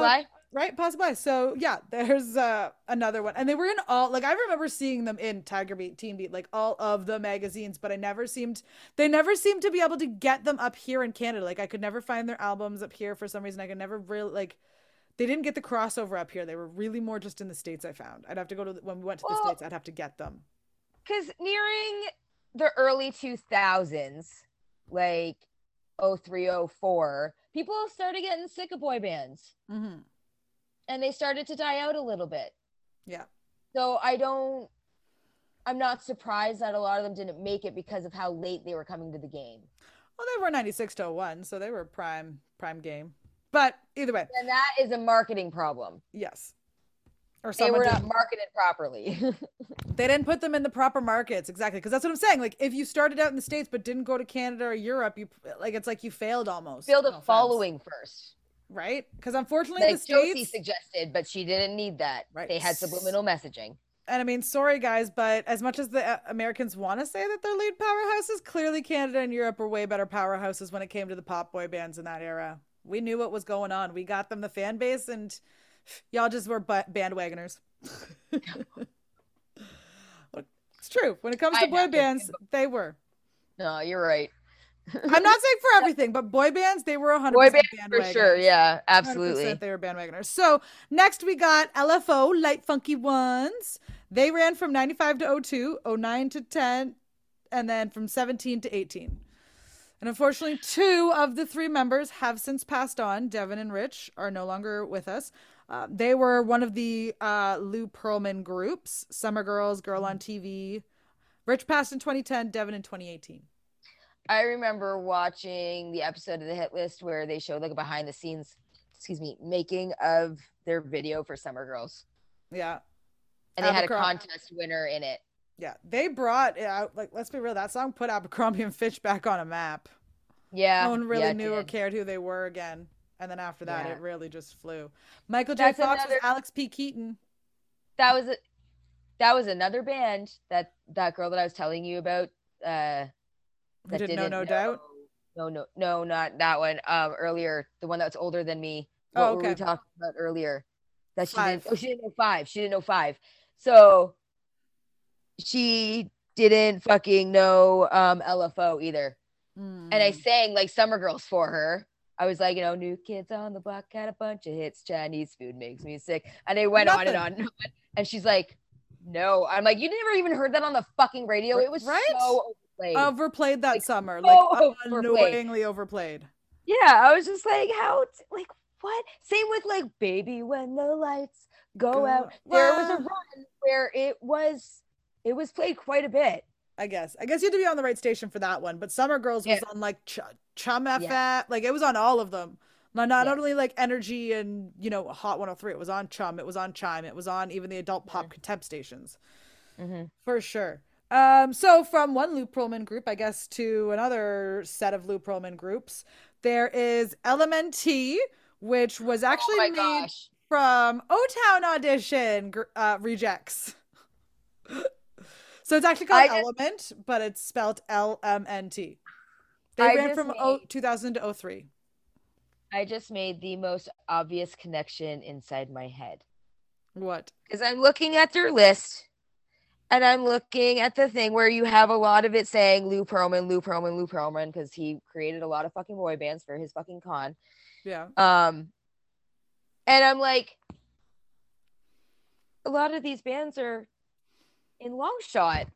Possibly. Right, possibly. So yeah, there's uh, another one, and they were in all like I remember seeing them in Tiger Beat, Teen Beat, like all of the magazines, but I never seemed they never seemed to be able to get them up here in Canada. Like I could never find their albums up here for some reason. I could never really like they didn't get the crossover up here. They were really more just in the states. I found I'd have to go to when we went to the Well- states. I'd have to get them. because nearing the early 2000s like 0304 people started getting sick of boy bands Mm-hmm. and they started to die out a little bit Yeah. so i don't i'm not surprised that a lot of them didn't make it because of how late they were coming to the game Well, they were ninety six to one, so they were prime prime game. But either way, and that is a marketing problem yes. Or they someone were did not marketed properly They didn't put them in the proper markets exactly because that's what I'm saying. Like if you started out in the states but didn't go to Canada or Europe, you like it's like you failed almost. build No a offense. following first right? Because unfortunately like the josie states suggested but she didn't need that Right. they had subliminal messaging and I mean sorry guys, but as much as the uh, Americans want to say that they're lead powerhouses, clearly Canada and Europe were way better powerhouses when it came to the pop boy bands in that era. We knew what was going on. We got them the fan base, and y'all just were bu- bandwagoners. it's true. When it comes I to know, boy they're bands, they were. no you're right I'm not saying for everything, but boy bands, they were 100% Boy band for bandwagoners. sure. Yeah, 100% absolutely. They were bandwagoners. So next we got LFO, Light Funky Ones. They ran from 95 to 02, 09 to 10, and then from 17 to 18. And unfortunately, two of the three members have since passed on. Devin and Rich are no longer with us. Uh, they were one of the uh, Lou Pearlman groups Summer Girls, Girl Mm-hmm. on TV. Rich passed in 2010, Devin in 2018. I remember watching the episode of the Hit List where they showed like a behind the scenes, excuse me, making of their video for Summer Girls, Yeah. and they had a Abercrombie. contest winner in it. Yeah, they brought it out. Like, let's be real, that song put Abercrombie and Fitch back on a map. Yeah, no one Oh, really yeah, it knew or did. cared who they were again. And then after that, Yeah. it really just flew. Michael J. That's Fox was another- Alex P. Keaton. that was a, that was another band that that girl that I was telling you about. Uh, Who that didn't know, no doubt. No, no, no, not that one. Um, earlier, the one that's older than me. What Oh, were we okay. talking about earlier? That she Five. didn't. Oh, she didn't know five. She didn't know five. So she didn't fucking know um LFO either. And I Mm. sang like Summer Girls for her. I was like, you know, new kids on the block had a bunch of hits. Chinese food makes me sick. And they went on and on and on. And she's like, no. I'm like, you never even heard that on the fucking radio. Ri- It was right? Oh, so overplayed. overplayed that Like, summer, so like overplayed. annoyingly overplayed. Yeah, I was just like, how, t- like, what? Same with like, baby, when the lights go, Go Ah. out. There was a out. run where it was, it was played quite a bit. I guess. I guess you had to be on the right station for that one. But Summer Girls was on like Ch- Chum FM. Like it was on all of them. Not, not Yeah. only like Energy and you know Hot 103. It was on Chum. It was on Chime. It was on even the adult Mm. pop contempt stations. For sure. Um, so from one Lou Pearlman group, I guess, to another set of Lou Pearlman groups, there is LMNT, which was actually oh my made gosh. from O Town Audition gr- uh, Rejects. so it's actually called I just- Element, but it's spelled L M N T. They I ran just from o- made- 2000 to 03. I just made the most obvious connection inside my head What? because I'm looking at their list and I'm looking at the thing where you have a lot of it saying Lou Pearlman, Lou Pearlman, Lou Pearlman, because he created a lot of fucking boy bands for his fucking con. Yeah. Um, and I'm like, a lot of these bands are in long shot.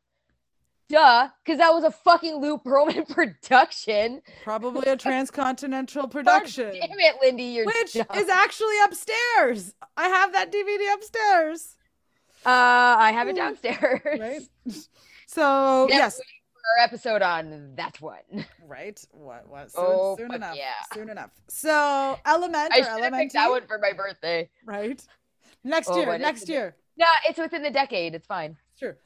Duh, because that was a fucking Lou Pearlman production. Probably a transcontinental God production. damn it, Lindy, you're Which dumb. is actually upstairs. I have that DVD upstairs. uh, I have it downstairs. Right? So, Never yes. Our episode on that one. Right? What? What? Soon, Oh, soon fuck enough. yeah. Soon enough. So, Element or I should have Element. picked that one for my birthday. Right? Next Oh, year. what is Next the- year. No, it's within the decade. It's fine. Sure.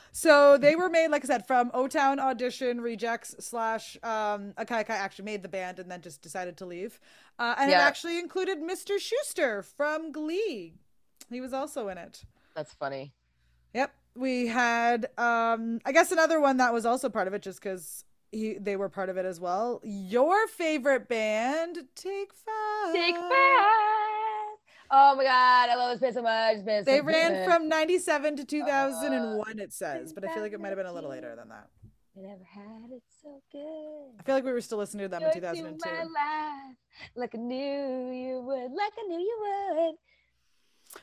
so they were made, like I said, from O Town Audition Rejects slash um, Akai Kai actually made the band and then just decided to leave. Uh, and it Yeah. actually included Mr. Schuster from Glee. He was also in it. That's funny. Yep. We had, um, I guess, another one that was also part of it just because they were part of it as well. Your favorite band, Take Five. Take five. Oh my god, I love this band so much. This band is They so ran good. from 97 to Uh, 2001, it says, but I feel like it might have been a little 2002. later than that. I never had it so good. I feel like we were still listening to them in Joy to 2002. my life, like I knew you would, like I knew you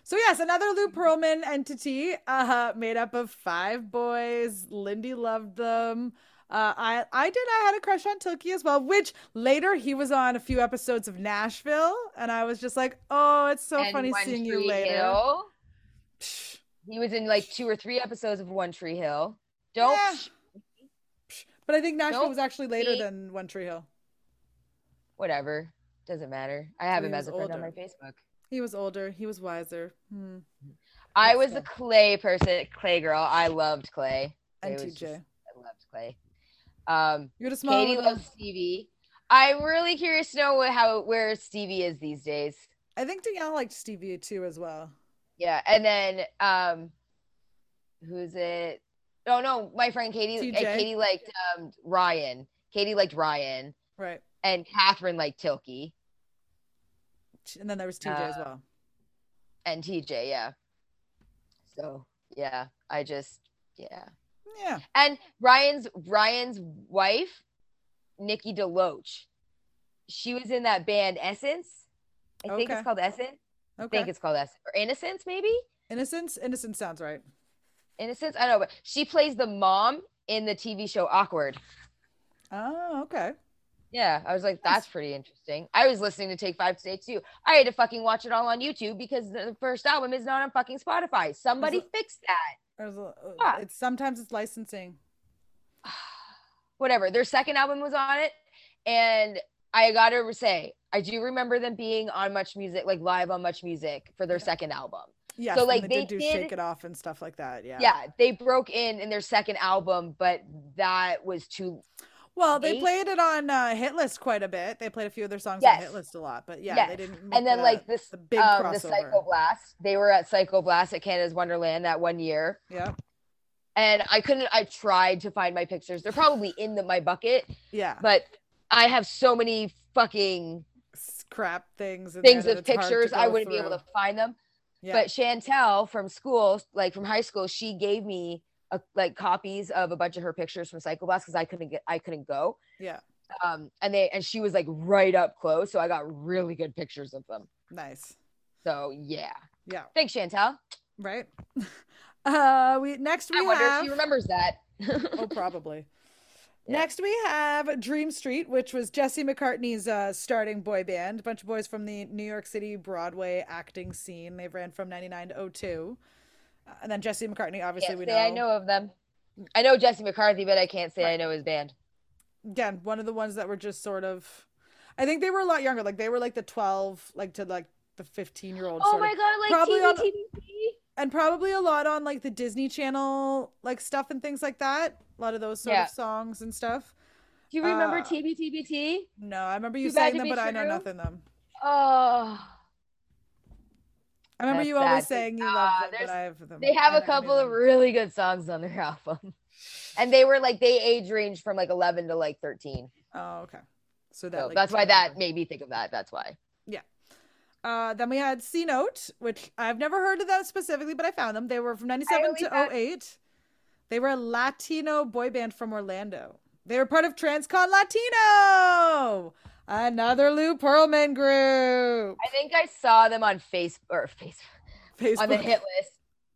So yes, another Lou Mm-hmm. Pearlman entity, uh, made up of five boys. Lindy loved them. Uh, I I did. I had a crush on Tilky as well, which later he was on a few episodes of Nashville, and I was just like, oh, it's so would. And funny One seeing you Tree later. Hill. Psh, He was in like two or three episodes of One Tree Hill. Don't. Yeah. psh. But I think Nashville Don't was actually later be- than One Tree Hill. Whatever. Doesn't matter. I he have him was as a friend on my older. Facebook. He was older. He was wiser. Hmm. I That's was a Clay person, Clay girl. I loved Clay. And Clay was TJ, just- I loved Clay. Um, you're the small Katie one. loves Stevie. I'm really curious to know what, how where Stevie is these days. I think Danielle liked Stevie too as well. Yeah, and then um, who's it? Oh no, my friend Katie. uh, TJ. Katie liked um Ryan. Katie liked Ryan, Right. and Catherine liked Tilky And then there was TJ Uh, as well. and TJ. Yeah. So yeah, I just yeah, Yeah. and Ryan's Ryan's wife Nikki DeLoach. She was in that band Essence. I think Okay. it's called Essence. I Okay. think it's called Essence or Innocence, maybe. Innocence? Innocence sounds right. Innocence. I don't know, but she plays the mom in the TV show Awkward. Oh, okay. Yeah, I was like, Nice. that's pretty interesting. I was listening to Take Five today too. I had to fucking watch it all on YouTube because the first album is not on fucking Spotify. Somebody it- fix that. There's a- uh, Fuck. It's sometimes it's licensing. Whatever. Their second album was on it, and I gotta say, I do remember them being on Much Music, like live on Much Music for their Yeah. second album. Yeah. like, they, they did do did- shake it off and stuff like that. Yeah. Yeah, they broke in in their second album, but that was too. Well, they Eight? played it on uh, Hit List quite a bit. They played a few of their songs on Yes. Hit List a lot, but yeah, they Yes. didn't. And then like this, the big um, the crossover. Psycho Blast. They were at Psycho Blast at Canada's Wonderland that one year. yeah. and I couldn't. I tried to find my pictures. They're probably in the, my bucket, Yeah. but I have so many fucking Scrap things. in there things that of it's hard to pictures. I go wouldn't be able through. to find them. Yeah. But Chantel from school, like from high school, she gave me a, like copies of a bunch of her pictures from Psycho Blast because I couldn't get. I couldn't go. Yeah. Um, and they and she was like right up close, so I got really good pictures of them. nice. So yeah, Yeah. thanks Chantel. Right. uh, we next we I wonder have. if she remembers that. oh, probably. Yeah. Next, we have Dream Street, which was Jesse McCartney's uh, starting boy band. A bunch of boys from the New York City Broadway acting scene. They ran from 99 to 02. Uh, and then Jesse McCartney, obviously, can't we say I know of them. I know Jesse McCarthy, but I can't say I Right. know his band. Again, one of the ones that were just sort of. I think they were a lot younger. Like, they were like the 12, like to like the 15 year old. Oh sort of my god, like Probably TV, on- TV. and probably a lot on like the Disney Channel like stuff and things like that. A lot of those sort Yeah. of songs and stuff. Do you remember Uh, TB TBT? No, I remember you Too Bad saying to them, Be but I know True. nothing them. Oh, I remember That's you always sad, but, saying you uh, love them, but there's- I have them. they have I a never knew couple of them. really good songs on their album, and they were like they age range from like 11 to like 13. Oh, okay. So that So like, that's why turned that over. made me think of that. That's why. Uh, then we had C Note, which I've never heard of them specifically, but I found them. They were from '97 only to found- 08. They were a Latino boy band from Orlando. They were part of Transcon Latino, another Lou Pearlman group. I think I saw them on Facebook or Facebook Facebook. on the hit list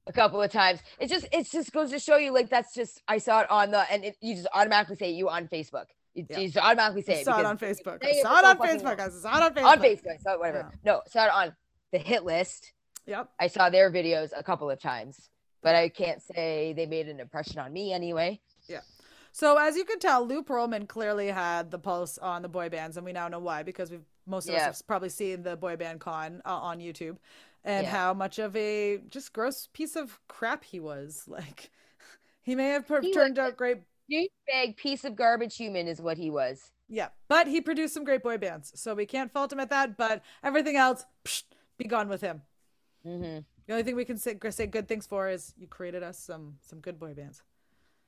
a couple of times. It just it just goes to show you like that's just I saw it on the and it, you just automatically say you on Facebook. You, Yeah. you just automatically I say it saw it because on Facebook. say I it saw for it so on fucking Facebook. long. I saw it on Facebook. on Facebook. I saw it whatever. Yeah. No, saw it on the hit list. Yep. I saw their videos a couple of times, but I can't say they made an impression on me anyway. So as you can tell, Lou Pearlman clearly had the pulse on the boy bands, and we now know why because we've most of us Yeah. have probably seen the boy band con uh, on YouTube, and Yeah. how much of a just gross piece of crap he was. Like he may have per- He uh, was turned a- out great, Big piece of garbage human is what he was. yeah, but he produced some great boy bands, so we can't fault him at that. But everything else, psh, be gone with him. hmm The only thing we can say, say good things for is you created us some some good boy bands.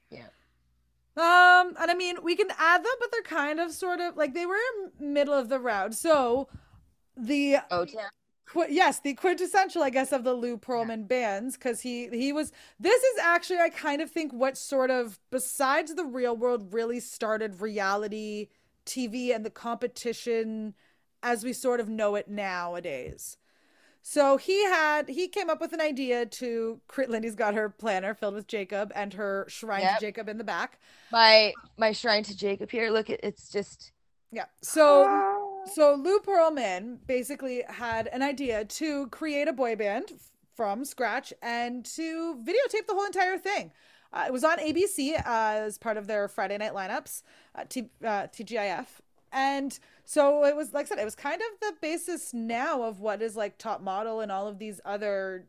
Yeah. Um, and I mean we can add them, but they're kind of sort of like they were in middle of the round. So the Oh, Tim. qu- yes, the quintessential, I guess, of the Lou Pearlman bands, because he he was. This is actually, I kind of think, what sort of besides the real world really started reality TV and the competition as we sort of know it nowadays. So he had he came up with an idea to cre- Lindy's got her planner filled with Jacob and her shrine Yep. to Jacob in the back. my my shrine to Jacob here. Look, it, it's just Yeah. So So Lou Pearlman basically had an idea to create a boy band f- from scratch and to videotape the whole entire thing. Uh, it was on ABC uh, as part of their Friday night lineups, uh, T- uh, TGIF. And so it was, like I said, it was kind of the basis now of what is like Top Model and all of these other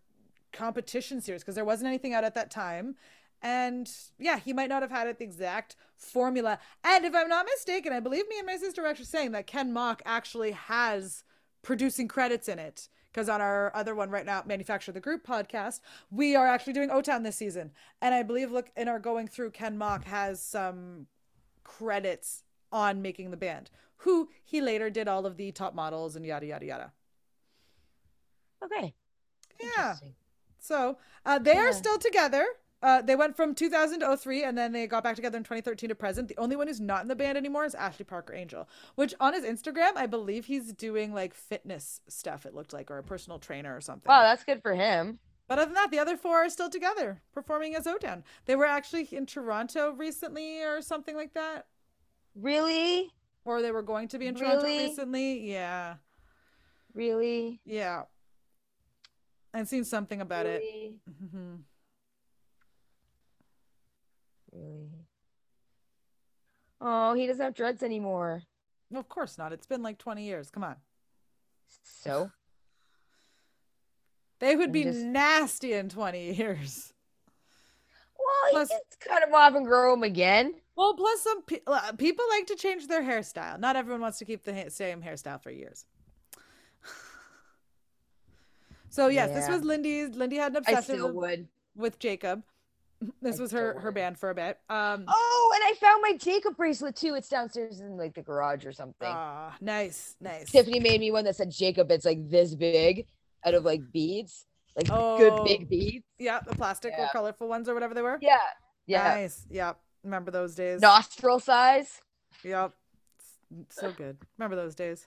competition series because there wasn't anything out at that time. And yeah, he might not have had it the exact formula. And if I'm not mistaken, I believe me and my sister were actually saying that Ken Mock actually has producing credits in it. Because on our other one right now, Manufacture the Group podcast, we are actually doing O Town this season. And I believe, look, in our going through, Ken Mock has some credits on making the band, who he later did all of the top models and yada, yada, yada. okay. Yeah. Interesting. So uh, they Yeah. are still together. Uh, they went from 2000 to 03 and then they got back together in 2013 to present. The only one who's not in the band anymore is Ashley Parker Angel, which on his Instagram, I believe he's doing like fitness stuff, it looked like, or a personal trainer or something. Wow, that's good for him. But other than that, the other four are still together performing as O Town. They were actually in Toronto recently or something like that. Really? Or they were going to be in Toronto Really? recently. Yeah. Really? Yeah. I've seen something about it. really? hmm Really? Oh, he doesn't have dreads anymore. Well, of course not. It's been like 20 years. Come on. So They would I'm be just- nasty in 20 years. well, Plus- he can cut him off and grow him again. Well, plus some pe- uh, people like to change their hairstyle. Not everyone wants to keep the ha- same hairstyle for years. so yes, this Yeah. was Lindy's. Lindy had an I obsession still with, would. with Jacob. This I was her still her would. band for a bit. Um, Oh, and I found my Jacob bracelet too. It's downstairs in like the garage or something. ah, nice, nice. Tiffany made me one that said Jacob. It's like this big out of like beads, like good Oh. big beads. Yeah, the plastic or Yeah. colorful ones or whatever they were. Yeah. Yeah. nice. Yep, remember those days. Nostril size. Yep, It's so good. Remember those days.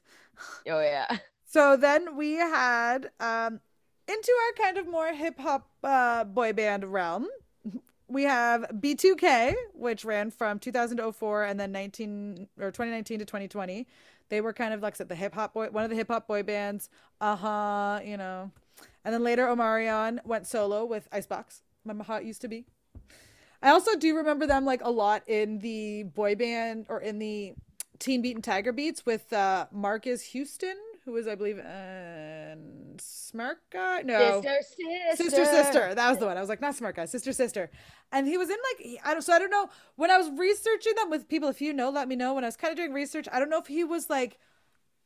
Oh, yeah. So then we had um, into our kind of more hip hop uh, boy band realm. We have B2K, which ran from 2004 and then 19 or 2019 to 2020. They were kind of like I said, the hip hop boy, one of the hip hop boy bands. Uh huh, you know. And then later, Omarion went solo with Icebox. Remember how it used to be? I also do remember them like a lot in the boy band or in the Teen Beat and Tiger Beats with uh, Marcus Houston, who is, I believe, and Smart Guy. No, Sister, sister. sister, sister. That was the one. I was like, not Smart Guy, sister, sister. And he was in like he- I don't. So I don't know. When I was researching them with people, if you know, let me know. When I was kind of doing research, I don't know if he was like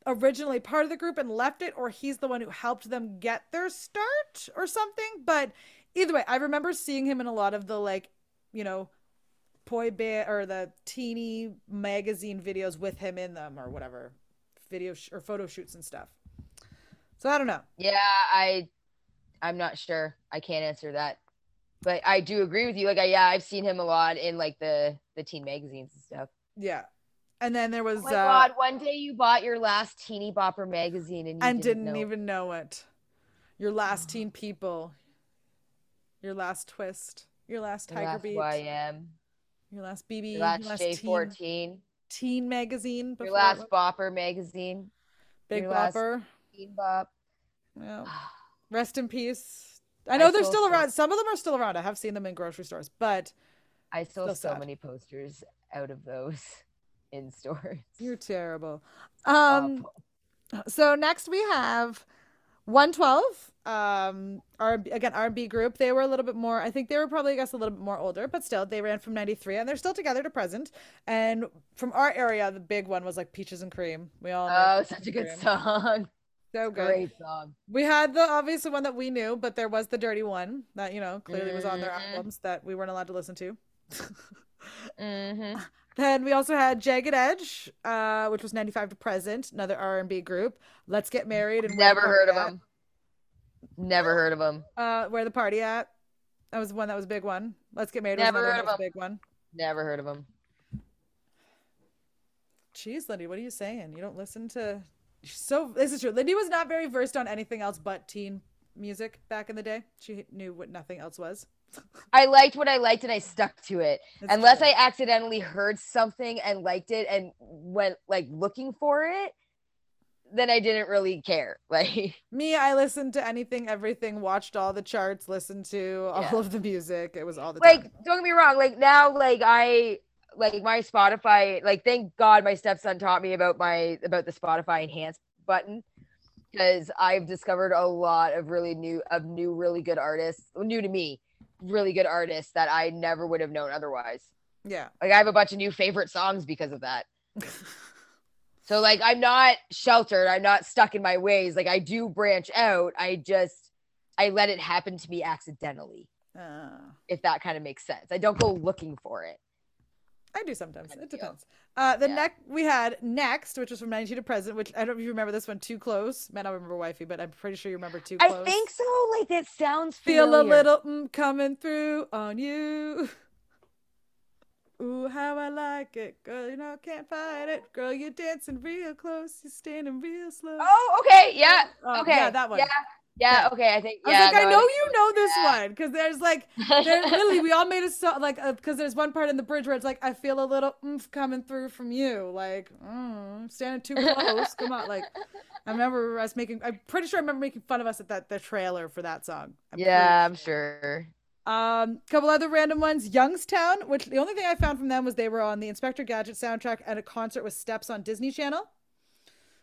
originally part of the group and left it, or he's the one who helped them get their start or something. But either way, I remember seeing him in a lot of the like, you know. Poi band or the teeny magazine videos with him in them or whatever video sh- or photo shoots and stuff. So I don't know. Yeah, I I'm not sure. I can't answer that. But I do agree with you. Like I yeah, I've seen him a lot in like the the teen magazines and stuff. Yeah. And then there was Oh my uh, god, one day you bought your last teeny bopper magazine and you and didn't didn't, know. Ah. even know it. Your last teen people. Your last twist. Your last the Tiger last Beat. YM, Your last BB. your Your last, last J14, teen, teen magazine. your before it last was bopper magazine, Big your last- Bopper. teen bop. Yeah. Rest in peace. I I know they're still still feel- around. Some of them are still around. I have seen them in grocery stores, but I still Still have so sad. many posters out of those in stores. you're terrible. Oh, Um, So next we have 112. Um, R again R&B group. They were a little bit more. I think they were probably I guess a little bit more older, but still they ran from 93 and they're still together to present. And from our area, the big one was like Peaches and Cream. We all know Oh, Peaches such a and good Cream. song. So good. Great song. We had the obvious one that we knew, but there was the dirty one that you know clearly was on their Mhm. albums that we weren't allowed to listen to. hmm Then we also had Jagged Edge, uh, which was 95 to present, another R&B group. Let's Get Married and Where the Never heard of Party At. him. Never heard of him. Uh, where the party at? That was one that was a big one. Let's get married. Never was another heard one of that was a big one. Never heard of him. Jeez, Lindy, what are you saying? You don't listen to. She's So this is true. Lindy was not very versed on anything else but teen music back in the day. She knew what nothing else was. I liked what I liked and I stuck to it. That's Unless true. I accidentally heard something and liked it and went like looking for it, then I didn't really care. Like me, I listened to anything, everything, watched all the charts, listened to all Yeah. of the music. It was all the like time. don't get me wrong, like now like I like my Spotify, like thank God my stepson taught me about my about the Spotify enhanced button because I've discovered a lot of really new of new really good artists, new to me, really good artists that I never would have known otherwise. Yeah. Like I have a bunch of new favorite songs because of that. So like I'm not sheltered. I'm not stuck in my ways. Like I do branch out. I just I let it happen to me accidentally, Uh, if that kind of makes sense. I don't go looking for it. I do sometimes. Kind of It deal. depends. Uh, the Yeah. next we had next, which was from ninety two to present. Which I don't know if you remember this one too close. Man, I remember wifey, but I'm pretty sure you remember too I close. think so. Like that sounds Feel familiar. a little mm, coming through on you. Ooh, how I like it, girl. You know I can't fight it, girl. You're dancing real close. You're standing real slow. Oh, okay. Yeah. Um, Okay. Yeah, that one. Yeah. Yeah. Yeah. Okay. I think. I was yeah, like, I no, know you know this Yeah. one because there's like there literally we all made a song like because there's one part in the bridge where it's like I feel a little oomph coming through from you like mm, standing too close come on like I remember us making I'm pretty sure I remember making fun of us at that the trailer for that song I'm pretty yeah, I'm sure. um, couple other random ones. Youngstown, which the only thing I found from them was they were on the Inspector Gadget soundtrack at a concert with Steps on Disney Channel.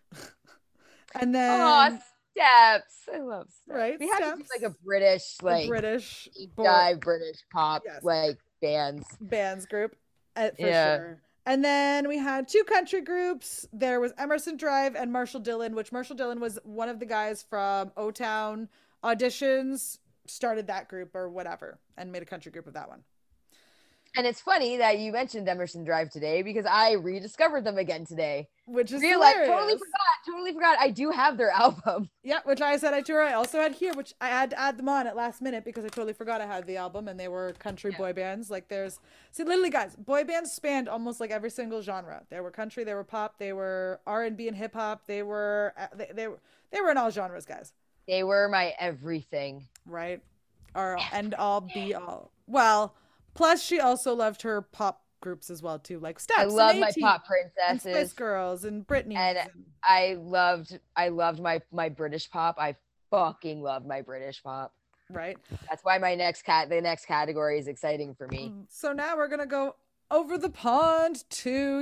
and then oh, steps. I love steps. right, We have to do Steps. like a British, the like British deep bo- dive British pop, Yes. like bands. bands group uh, for Yeah. sure. And then we had two country groups. There was Emerson Drive and Marshall Dillon, which Marshall Dillon was one of the guys from O Town auditions, started that group or whatever, and made a country group of that one. And it's funny that you mentioned Emerson Drive today because I rediscovered them again today. Which is Realized, totally hilarious. forgot, totally forgot. I do have their album. Yeah, which I said I tour. I also had here, which I had to add them on at last minute because I totally forgot I had the album and they were country Yeah. boy bands. Like there's see literally guys, boy bands spanned almost like every single genre. There were country, they were pop, they were R and B and hip hop, they were uh, they, they were they were in all genres, guys. They were my everything. Right? Or and all be all. Well, plus she also loved her pop groups as well too, like Steps. I love and my 18 pop and Spice princesses. Girls and Britney. And uh, I loved I loved my my British pop. I fucking love my British pop. right. That's why my next cat the next category is exciting for me. Mm, So now we're gonna go over the pond to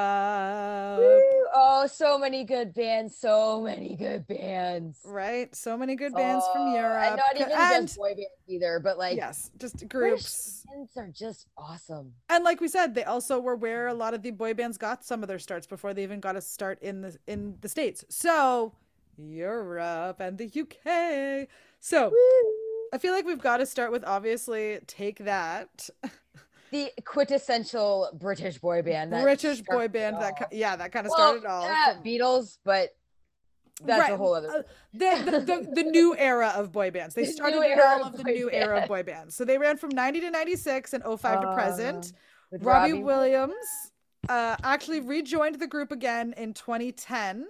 Europe. Woo! Oh, so many good bands, so many good bands. Right? So many good bands from Oh, Europe. And not even And- just boy bands either, but like yes, just British groups. bands are just awesome. And like we said, they also were where a lot of the boy bands got some of their starts before they even got a start in the in the States. So Europe and the UK. So Woo! I feel like we've got to start with obviously take that The quintessential British boy band. that British boy started it band that all. ki- yeah that kind of Well, started it all yeah, from- Beatles, but that's Right, a whole other. uh, the, the, the, the new era of boy bands. They The new started it era all of of the boy new era of boy bands. So they ran from 90 to 96 and 05 to present. Um, with Robbie, Williams uh, actually rejoined the group again in 2010.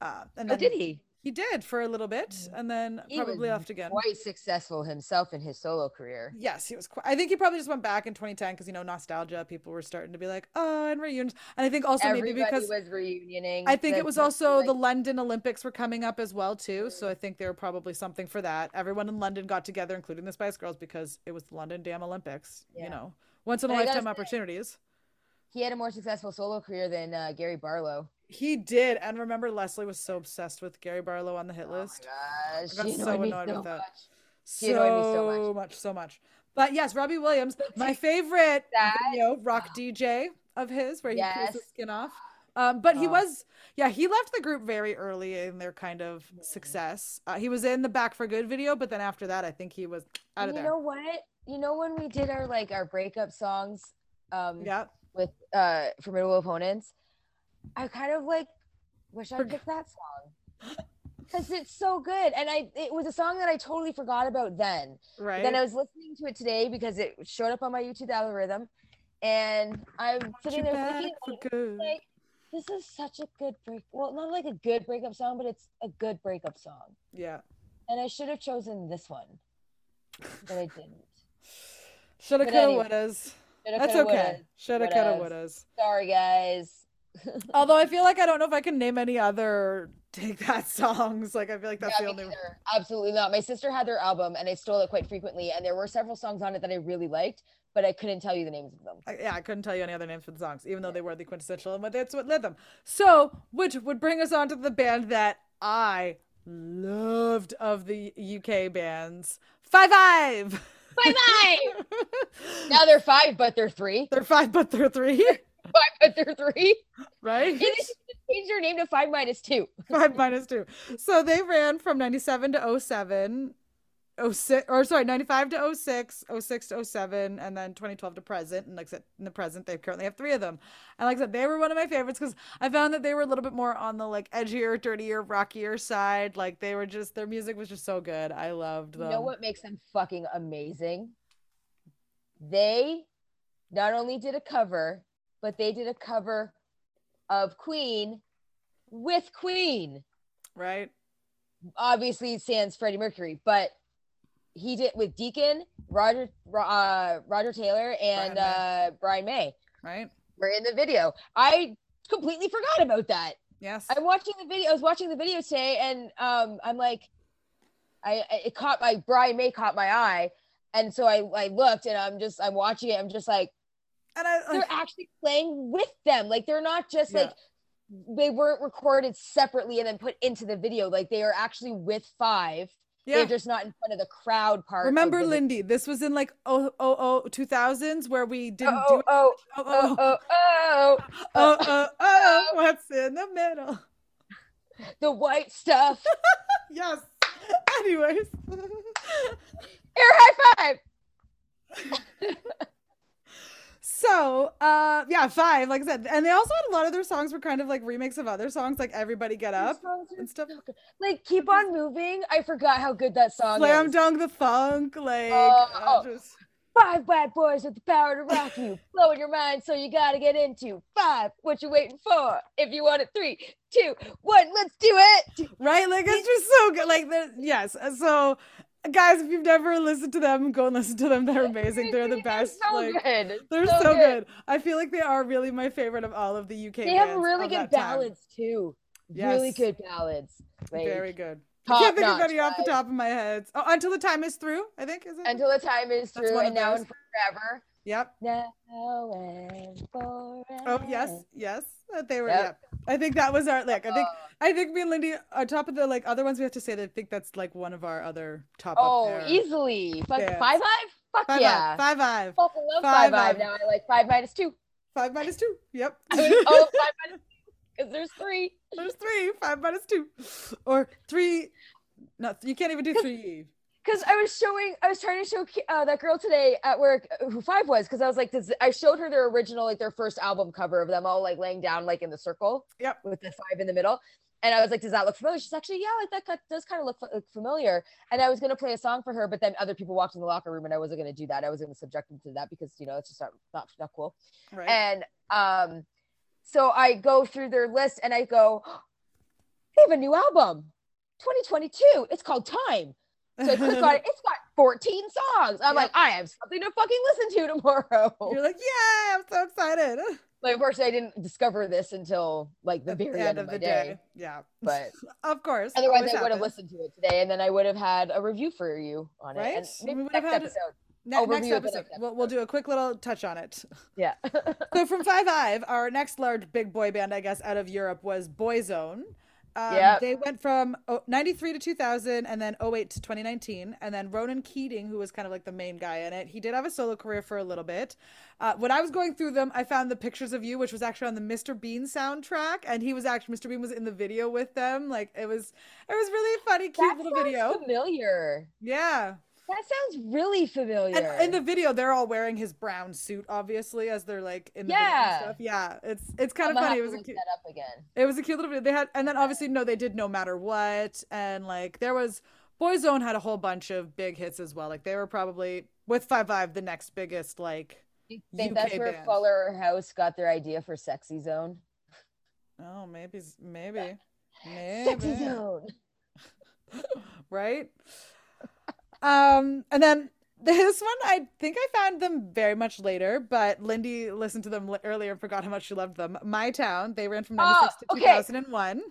Uh, and Oh, then did he? He did for a little bit and then He probably was left again. Quite successful himself in his solo career. Yes, he was. Qu- I think he probably just went back in 2010 because, you know, nostalgia. People were starting to be like, oh, and reunions. And I think also Everybody maybe because was reunioning. I think The- it was also like, the London Olympics were coming up as well too, so I think there were probably something for that. Everyone in London got together, including the Spice Girls, because it was the London damn Olympics. Yeah. You know, once in a But I gotta lifetime say- opportunities. he had a more successful solo career than uh, Gary Barlow. He did, and remember Leslie was so obsessed with Gary Barlow on the hit Oh my list. gosh, got she so annoyed me annoyed so with that. much. so She annoyed me so much. much, so much. But yes, Robbie Williams, my favorite That- video, rock DJ of his, where he peels his Yes. skin off. Um, but he Oh. was, yeah, he left the group very early in their kind of success. Uh, he was in the Back for Good video, but then after that, I think he was out And of you there. know what? You know when we did our like our breakup songs um yeah, with uh formidable opponents, I kind of like wish I Forg- picked that song. Cause it's so good. And I it was a song that I totally forgot about then. But right. Then I was listening to it today because it showed up on my YouTube algorithm and I'm She sitting there back thinking for like, good. like this is such a good break well not like a good breakup song, but it's a good breakup song. yeah. And I should have chosen this one. But I didn't. Shoulda, but coulda, anyway. wouldas. Shoulda, That's coulda, okay. woulda. Shoulda, coulda, whattas. wouldas. Sorry, guys. Although I feel like I don't know if I can name any other take that songs. Like I feel like that's Yeah, the me only. neither. Absolutely not. My sister had their album and I stole it quite frequently. And there were several songs on it that I really liked, but I couldn't tell you the names of them. I, yeah, I couldn't tell you any other names for the songs, even though Yeah. they were the quintessential and what that's what led them. So, which would bring us on to the band that I loved of the UK bands, Five Five. Bye bye. now they're five, but they're three. they're five, but they're three, Five, but they're three. right? Yeah, they should change their name to five minus two. five minus two. So they ran from ninety oh seven to 07. oh six or sorry 95 to 06 06 to 07 and then 2012 to present and like I said in the present they currently have three of them and like i said they were one of my favorites because i found that they were a little bit more on the like edgier dirtier rockier side like they were just their music was just so good i loved You them know what makes them fucking amazing? They not only did a cover, but they did a cover of Queen with Queen. right Obviously, it stands Freddie Mercury, but he did with Deacon, Roger, Ro- uh, Roger Taylor, and Brian May. uh, Brian May right were in the video. I completely forgot about that. yes I'm watching the video. I was watching the video today, and um, I'm like, I I- it caught my Brian May caught my eye, and so I I looked, and I'm just I'm watching it. I'm just like and i they're like, actually playing with them. Like they're not just Yeah. like they weren't recorded separately and then put into the video. Like they are actually with five. yeah They're just not in front of the crowd part. of remember the- lindy this was in like oh oh oh 2000s where we didn't do Oh oh oh oh oh oh oh! oh oh uh. oh what's in the middle oh, The white stuff. yes anyways Air high five. So, uh, yeah, five, like I said, and they also had a lot of their songs were kind of like remakes of other songs, like "Everybody Get Up" and stuff. Oh, Like keep on moving. I forgot how good that song Slam is. Dunk the Funk, like Oh, uh, oh. just- Five black boys with the power to rock you. Blowing your mind, so you gotta get into five. What you waiting for? If you want it, three, two, one, let's do it. right, like it's just so good. Like, the, yes. Uh, So, guys, if you've never listened to them, go and listen to them. They're amazing. They're the Seriously, best. So like, good. they're so, good. I feel like they are really my favorite of all of the UK. They have bands really of that good time. ballads too. Really Yes. good ballads. Like, Very good. I top can't think of notch, any off the guys. top of my head. Oh, until the time is through. I think is it? Until the time is That's through, one and of now those. and forever. yep. Now and forever. Oh yes, yes, uh, they were. Yep. Oh. Yep. I think that was our like. I think I think me and Lindy on top of the like other ones we have to say that I think that's like one of our other top. Oh, up there. easily. Fuck Yeah. five five. Fuck Five yeah. Five, five five fucking love Five five, Eyes. five now. I like five minus two. five minus two. Yep. I mean, oh, five minus because there's three. There's three. Five minus two, or three. No, you can't even do three. Because I was showing, I was trying to show Ki- uh, that girl today at work uh, who five was. Because I was like, does, I showed her their original, like their first album cover of them all like laying down like in the circle. Yep. With the five in the middle. And I was like, does that look familiar? She's actually, yeah, like that cut- does kind of look, fa- look familiar. And I was going to play a song for her, but then other people walked in the locker room and I wasn't going to do that. I was going to subject them to that because, you know, it's just not, not, not cool. Right. And um, so I go through their list and I go, they have a new album, 2022. It's called Time. So I click on it. It's got 14 songs. I'm Yep. like, I have something to fucking listen to tomorrow. You're like, yeah, I'm so excited. Like, of course, I didn't discover this until like the At the very end, of, my the day. Yeah. But Of course. otherwise, always I would have happens. listened to it today, and then I would have had a review for you on it. Right? And maybe We would have next had- episode. Ne- I'll next review it the episode, next we'll, we'll do a quick little touch on it. Yeah. so from Five Five, our next large big boy band, I guess, out of Europe was Boyzone. Um, Yep. They went from oh, 93 to 2000 and then 08 to 2019. And then Ronan Keating, who was kind of like the main guy in it, he did have a solo career for a little bit. Uh, when I was going through them, I found the Pictures of You, which was actually on the Mr. Bean soundtrack. And he was actually, Mr. Bean was in the video with them. Like it was, it was really funny, cute that little sounds video. familiar. yeah. That sounds really familiar. And in the video, they're all wearing his brown suit, obviously, as they're like in the video Yeah. and stuff. Yeah, it's it's kind I'm of gonna funny. It have to was a look cute, that up again. it was a cute little video they had, and then Yeah. obviously no, they did no matter what, and like there was Boyzone had a whole bunch of big hits as well. Like they were probably with Five Five the next biggest. Like You think UK that's where band. Fuller House got their idea for Sexy Zone? oh maybe maybe Sexy maybe Zone. right. Um, and then this one, I think I found them very much later, but Lindy listened to them li- earlier and forgot how much she loved them. My Town, they ran from Ah, 96 to okay. 2001.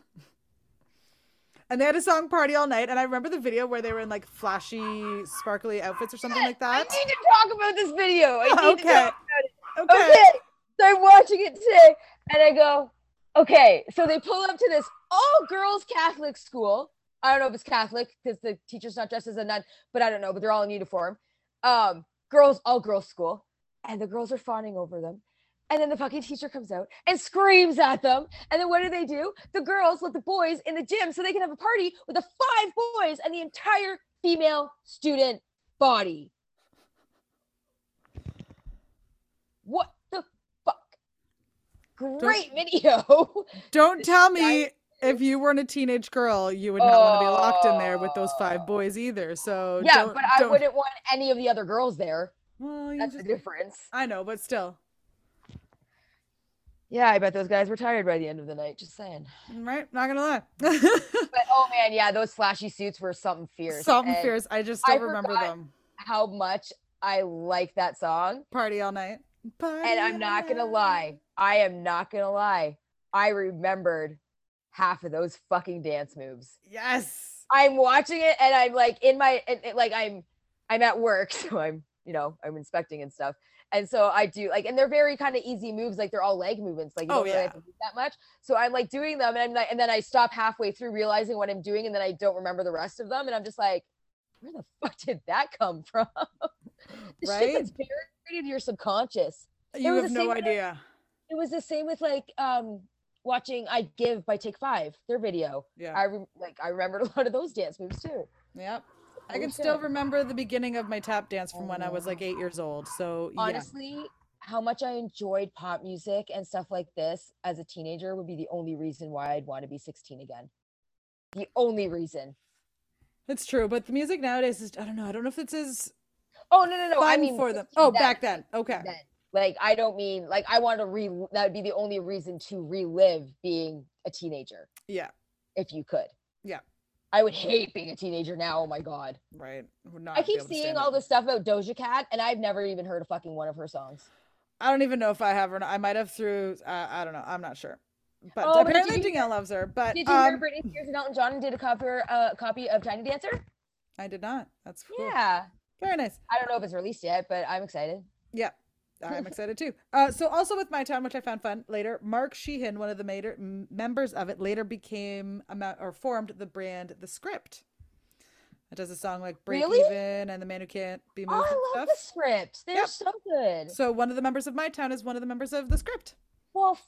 And they had a song party all night. And I remember the video where they were in like flashy, sparkly outfits or something like I that. need to talk about this video. I need to Okay. talk about it. Okay. Okay. So I'm watching it today and I go, okay. So they pull up to this all girls Catholic school. I don't know if it's Catholic because the teacher's not dressed as a nun, but I don't know, but they're all in uniform. Um, girls, all girls school. And the girls are fawning over them. And then the fucking teacher comes out and screams at them. And then what do they do? The girls let the boys in the gym so they can have a party with the five boys and the entire female student body. What the fuck? Great Oh, video. Don't tell me if you weren't a teenage girl, you would not want to be locked in there with those five boys either. So yeah, don't- but I don't- wouldn't want any of the other girls there. Well, you That's the just- difference. I know, but still, Yeah, I bet those guys were tired by the end of the night. Just saying. right? Not gonna lie. But oh man, yeah, those flashy suits were something fierce. Something and fierce. I just I don't remember forgot- them. How much I like that song. Party all night. Party And I'm all not gonna night. lie. I am not gonna lie. I remembered half of those fucking dance moves. Yes. I'm watching it and I'm like in my and it- like I'm I'm at work, so I'm you know I'm inspecting and stuff. And so I do like, and they're very kind of easy moves. Like they're all leg movements. Like you Oh, don't really have to move that much. So I'm like doing them, and I'm like, and then I stop halfway through realizing what I'm doing, and then I don't remember the rest of them, and I'm just like, where the fuck did that come from? this shit Right? that's buried in your subconscious. You was have the no same way- idea. It was the same with like um watching I Give by Take Five, their video. Yeah. I re- like I remembered a lot of those dance moves too. yep. I Holy can still shit. remember the beginning of my tap dance from Oh, when I was like wow. eight years old. So yeah. honestly how much i enjoyed pop music and stuff like this as a teenager would be the only reason why i'd want to be 16 again the only reason It's true, but the music nowadays is I don't know. I don't know if it's as oh no no no i fun mean for them. 16 Oh, then, back then. Okay. then. like i don't mean like i want to re that would be the only reason to relive being a teenager Yeah. if you could Yeah. i would hate being a teenager now oh my god Right. Would not i be keep able to seeing stand all it. this stuff about doja cat and i've never even heard a fucking one of her songs I don't even know if I have or not. I might have through. Uh, I don't know. I'm not sure. But Oh, but did apparently you Danielle loves her. But did you hear um, britney spears and elton john did a cover uh, copy of tiny dancer I did not. That's cool. yeah Very nice. I don't know if it's released yet, but I'm excited. Yeah. I'm excited too. Uh, so also with my town, which I found fun later, Mark Sheehan, one of the mater, m- members of it, later became a ma- or formed the brand The Script. It does a song like "Break Really? Even" and "The Man Who Can't Be Moved" Oh, I and love the stuff. script. They're Yep. so good. So one of the members of my town is one of the members of The Script. Well, f-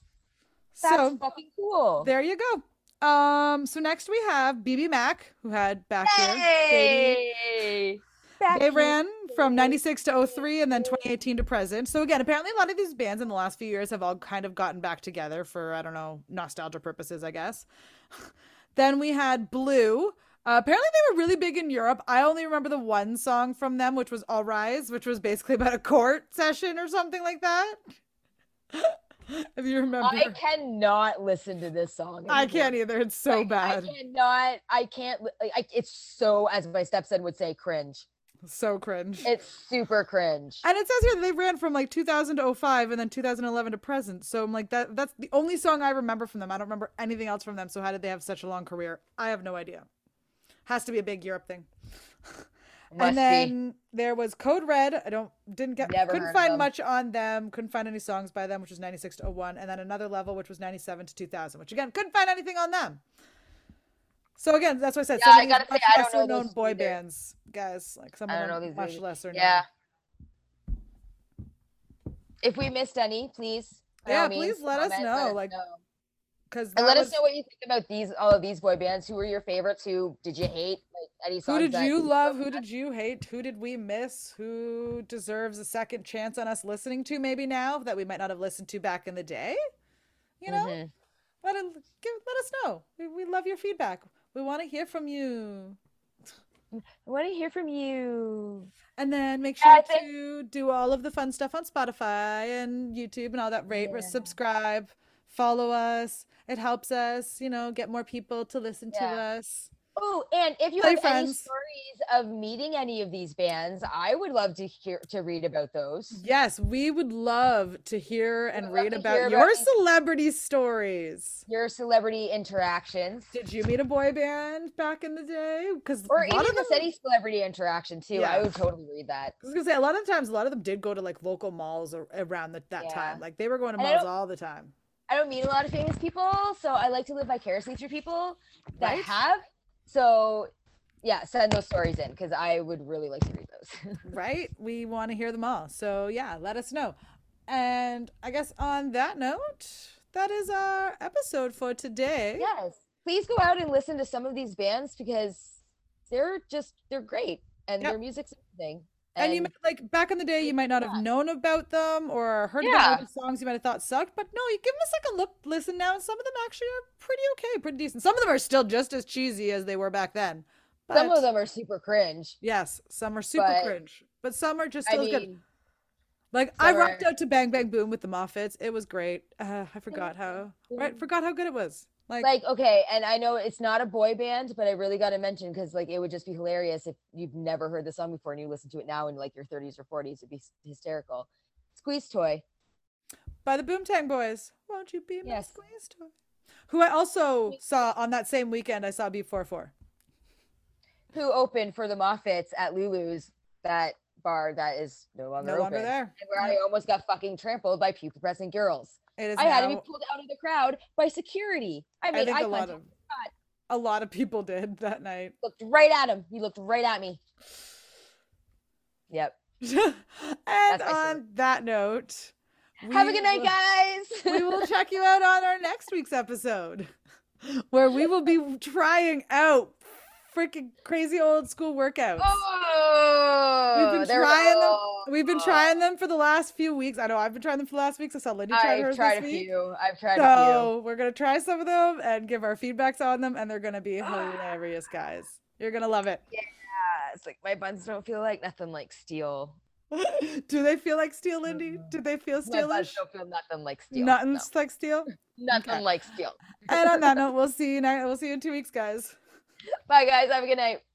that's so fucking cool. there you go. Um, so next we have BB Mac, who had back here. Sadie, Hey! Back They here. ran from Baby. 96 to 03 and then 2018 to present. So again, apparently a lot of these bands in the last few years have all kind of gotten back together for I don't know, nostalgia purposes, I guess. then we had Blue. Uh, apparently they were really big in Europe. I only remember the one song from them, which was All Rise, which was basically about a court session or something like that. if you remember. I cannot listen to this song. I anymore. can't either. It's so Like, bad. I cannot. I can't. li- Like, I, it's so, as my stepson would say, cringe. So cringe. It's super cringe. And it says here they ran from like 2000 to 05 and then 2011 to present. So I'm like that that's the only song I remember from them. I don't remember anything else from them. So how did they have such a long career? I have no idea. Has to be a big Europe thing. Must and be. then there was Code Red. I don't didn't get Never heard couldn't of find them. much on them. Couldn't find any songs by them, which was 96 to 01 and then another level which was 97 to 2000, which again couldn't find anything on them. So again, that's what I said. Yeah, some I of gotta these say, much I don't lesser know known those boy either. bands, guys. Like some I of don't them know these much either. lesser known. Yeah. If we missed any, please. by all Yeah, means, please let us know, like, Because And let us know what you think about these all of these boy bands. Who were your favorites? Who did you hate? Like any Who songs? did that- you love? Who did you hate? Who did we miss? Who deserves a second chance on us listening to maybe now that we might not have listened to back in the day? You know, Mhm. let, it, give, let us know. We, we love your feedback. We want to hear from you. I want to hear from you. And then make Yeah, sure I think- to do all of the fun stuff on Spotify and YouTube and all that. Rate, re- Yeah. subscribe, follow us. It helps us, you know, get more people to listen to Yeah. us. Oh, and if you Play have any friends. stories of meeting any of these bands, I would love to hear to read about those. Yes, we would love to hear and love read to about hear about your these- celebrity stories. Your celebrity interactions, Did you meet a boy band back in the day? Because or a even lot of them, just any celebrity interaction too. Yeah. I would totally read that. I was gonna say a lot of times, a lot of them did go to like local malls ar- around the, that Yeah. time. Like they were going to And I malls don't- all the time. I don't meet a lot of famous people, so I like to live vicariously through people that Right? have. So, yeah, send those stories in because I would really like to read those. right? We want to hear them all. So yeah, let us know. And I guess on that note, that is our episode for today. yes, please go out and listen to some of these bands because they're just they're great and Yep. their music's amazing. And, you you like back in the day, you might not have known about them or heard about Yeah. them, songs you might have thought sucked, but no, you give them a second look, listen now, and some of them actually are pretty okay, pretty decent. Some of them are still just as cheesy as they were back then. But, some of them are super cringe. yes, some are super but- cringe, but some are just I still as good. mean, Like I some rocked are- out to Bang Bang Boom with the Moffats. It was great. Uh, I forgot how right, Boom. forgot how good it was. Like, like okay, and I know it's not a boy band, but I really got to mention because like it would just be hilarious if you've never heard the song before and you listen to it now in like your 30s or 40s, it'd be s- hysterical. Squeeze Toy. by the Boomtang Boys. Won't you be my Yes. squeeze toy? Who I also Squeeze saw on that same weekend. I saw B44. who opened for the Moffats at Lulu's, that bar that is no longer No open, longer there. and where I almost got fucking trampled by pubertescent girls. It is I had to be now- pulled out of the crowd by security. I made think eye a lot contact, of a lot of people did that night. looked right at him. He looked right at me. Yep. and my favorite. on that note, Have a we good night, will- guys. we will check you out on our next week's episode where we will be trying out freaking crazy old school workouts. oh, they're trying them- all- We've been trying them for the last few weeks. I know I've been trying them for the last weeks. I saw Lindy tried I've hers tried a this week. few. I've tried a few. So we're gonna try some of them and give our feedbacks on them, and they're gonna be hilarious, guys. You're gonna love it. Yeah, it's like my buns don't feel like nothing like steel. Do they feel like steel, Lindy? Mm. Do they feel My buns steelish? don't feel nothing like steel. Nothing no. like steel. Nothing Okay. like steel. And on that note, we'll see you. Next, we'll see you in two weeks, guys. Bye, guys. Have a good night.